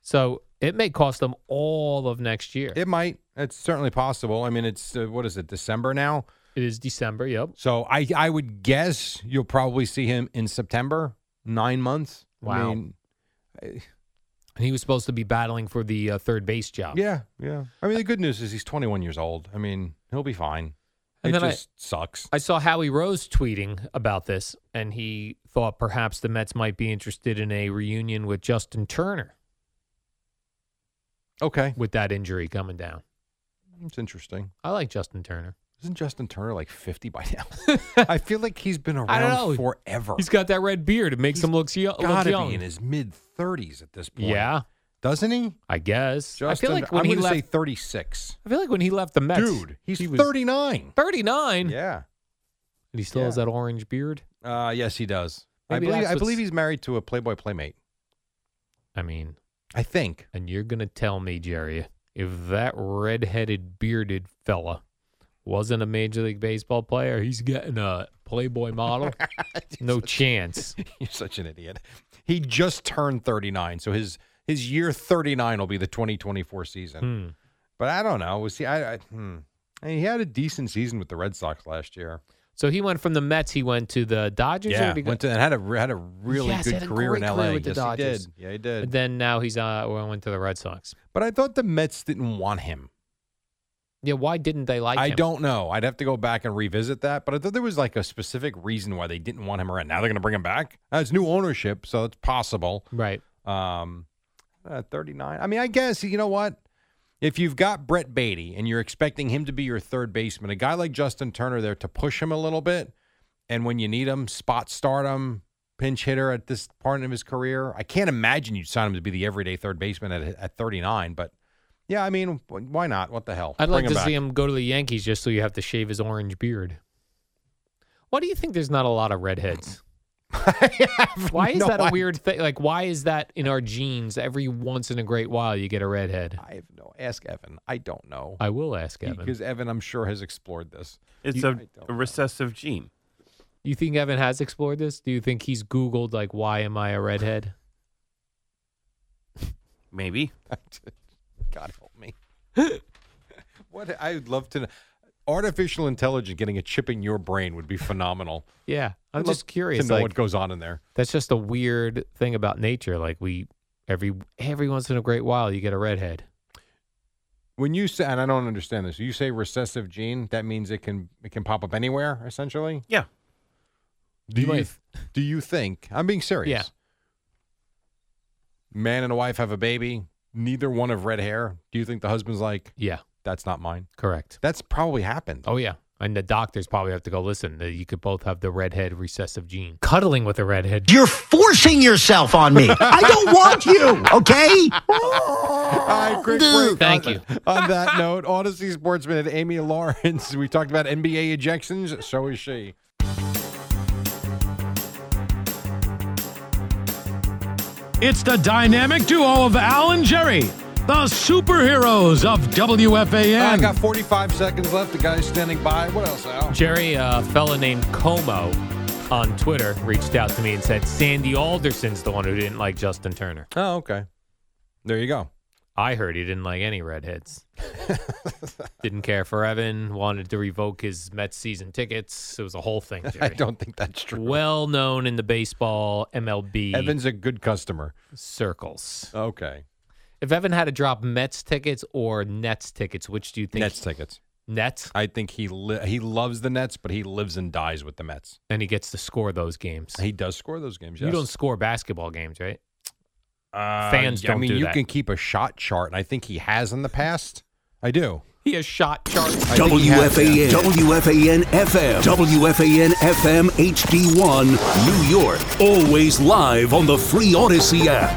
S2: So it may cost them all of next year.
S4: it might. It's certainly possible. I mean, it's uh, what is it? December now.
S2: it is December. Yep.
S4: So I I would guess you'll probably see him in September. Nine months. I
S2: Wow.
S4: mean,
S2: And he was supposed to be battling for the uh, third base job.
S4: yeah, yeah. I mean, the good news is he's 21 years old. I mean, he'll be fine.
S2: And
S4: it
S2: then I-
S4: just sucks.
S2: I saw Howie Rose tweeting about this, and he thought perhaps the Mets might be interested in a reunion with Justin Turner
S4: Okay,
S2: with that injury coming down.
S4: it's interesting.
S2: I like Justin [LAUGHS] Turner.
S4: Isn't Justin Turner like 50 by now? [LAUGHS] I feel like he's been around
S2: I don't know.
S4: forever.
S2: [LAUGHS] He's got that red beard. It makes him look, yo- look
S4: gotta
S2: young.
S4: be in his mid thirties at this point.
S2: yeah,
S4: doesn't he?
S2: I guess. I
S4: Just
S2: feel
S4: under-
S2: like when
S4: I'm
S2: he
S4: gonna
S2: left,
S4: say thirty six.
S2: I feel like when he left the Mets,
S4: Dude, he's
S2: he was
S4: thirty nine.
S2: 39.
S4: Yeah.
S2: And he still has that orange beard.
S4: Uh, yes, he does.
S2: Maybe
S4: I believe.
S2: that's
S4: I believe
S2: what's-
S4: he's married to a Playboy playmate.
S2: I mean, [LAUGHS]
S4: I think.
S2: and you're gonna tell me, Jerry, if that red-headed bearded fella wasn't a major league baseball player, he's getting a Playboy [LAUGHS] model. no chance.
S4: [LAUGHS] You're such an idiot. He just turned thirty nine, so his his year thirty nine will be the twenty twenty four season.
S2: Hmm.
S4: But I don't know. Was he? I, I, hmm. I mean, he had a decent season with the Red Sox last year.
S2: So he went from the Mets. He went to the Dodgers. or
S4: Yeah,
S2: did he go-
S4: went to, and had a had a really
S2: Yes,
S4: good
S2: had a
S4: career
S2: great
S4: in
S2: career
S4: L.A.
S2: with the
S4: yes,
S2: Dodgers.
S4: he did. Yeah, he did.
S2: And then now he's uh well, went to the Red Sox.
S4: But I thought the Mets didn't want him.
S2: Yeah, why didn't they like
S4: I
S2: him?
S4: don't know. I'd have to go back and revisit that. But I thought there was like a specific reason why they didn't want him around. Now they're going to bring him back. Uh, it's new ownership, so it's possible.
S2: Right.
S4: Um, uh, 39. I mean, I guess, you know what? If you've got Brett Beatty and you're expecting him to be your third baseman, a guy like Justin Turner there to push him a little bit, and when you need him, spot start him, pinch hitter at this part of his career. I can't imagine you'd sign him to be the everyday third baseman at, at 39, but yeah, I mean, wh- why not? What the hell?
S2: I'd
S4: Bring
S2: like to
S4: back.
S2: see him go to the Yankees just so you have to shave his orange beard. Why do you think there's not a lot of
S4: [LAUGHS]
S2: redheads? why is
S4: no
S2: that a weird thing? Like, why is that in our genes? Every once in a great while, you get a redhead.
S4: I have no. Ask Evan. I don't know.
S2: I will ask Evan.
S4: Because Evan, I'm sure, has explored this.
S11: It's
S4: You-
S11: a, a recessive gene.
S2: You think Evan has explored this? Do you think he's Googled like, why am I a redhead?
S11: Maybe.
S4: [LAUGHS] God help me. what I would love to know. Artificial intelligence getting a chip in your brain would be phenomenal.
S2: Yeah, I'm
S4: I'd love
S2: just curious.
S4: to know
S2: like,
S4: what goes on in there.
S2: That's just a weird thing about nature. Like we every every once in a great while you get a redhead.
S4: When you say, and I don't understand this, you say recessive gene. That means it can it can pop up anywhere, essentially.
S11: Yeah.
S4: Do you,
S11: might-
S4: do you think I'm being serious?
S11: Yeah.
S4: Man and a wife have a baby. Neither one have red hair. Do you think the husband's like,
S2: Yeah,
S4: that's not mine?
S2: correct.
S4: That's probably happened.
S2: Oh yeah, and the doctors probably have to go listen. the- You could both have the redhead recessive gene. Cuddling with a redhead.
S12: You're forcing yourself on me. I don't want you, okay?
S4: All right, great break.
S2: Thank
S4: on,
S2: you.
S4: On that [LAUGHS] note, Odyssey Sports Minute, Amy Lawrence. We talked about NBA ejections. So is she.
S9: It's the dynamic duo of Al and Jerry, the superheroes of
S4: I
S9: WFAN.
S4: got 45 seconds left. The guy's standing by. What else, Al?
S2: Jerry, a fella named Como on Twitter reached out to me and said Sandy Alderson's the one who didn't like Justin Turner.
S4: Oh, okay. There you go.
S2: I heard he didn't like any
S4: [LAUGHS]
S2: redheads. didn't care for Evan. Wanted to revoke his Mets season tickets. It was a whole thing. Jerry.
S4: [LAUGHS] I don't think that's true.
S2: well known in the baseball MLB
S4: Evan's a good customer.
S2: circles.
S4: Okay.
S2: If Evan had to drop Mets tickets or Nets tickets, which do you think?
S4: Nets tickets.
S2: Nets,
S4: I think he li- he loves the Nets, but he lives and dies with the Mets.
S2: and he gets to score those games.
S4: He does score those games. Yes.
S2: You don't score basketball games, right?
S4: Uh,
S2: fans
S4: I
S2: don't
S4: mean,
S2: do
S4: you
S2: that.
S4: can keep a shot chart, and I think he has in the past. I do.
S2: He has shot chart.
S4: I think he has, yeah.
S7: WFAN, WFAN FM, WFAN FM HD1, New York. Always live on the free Odyssey app.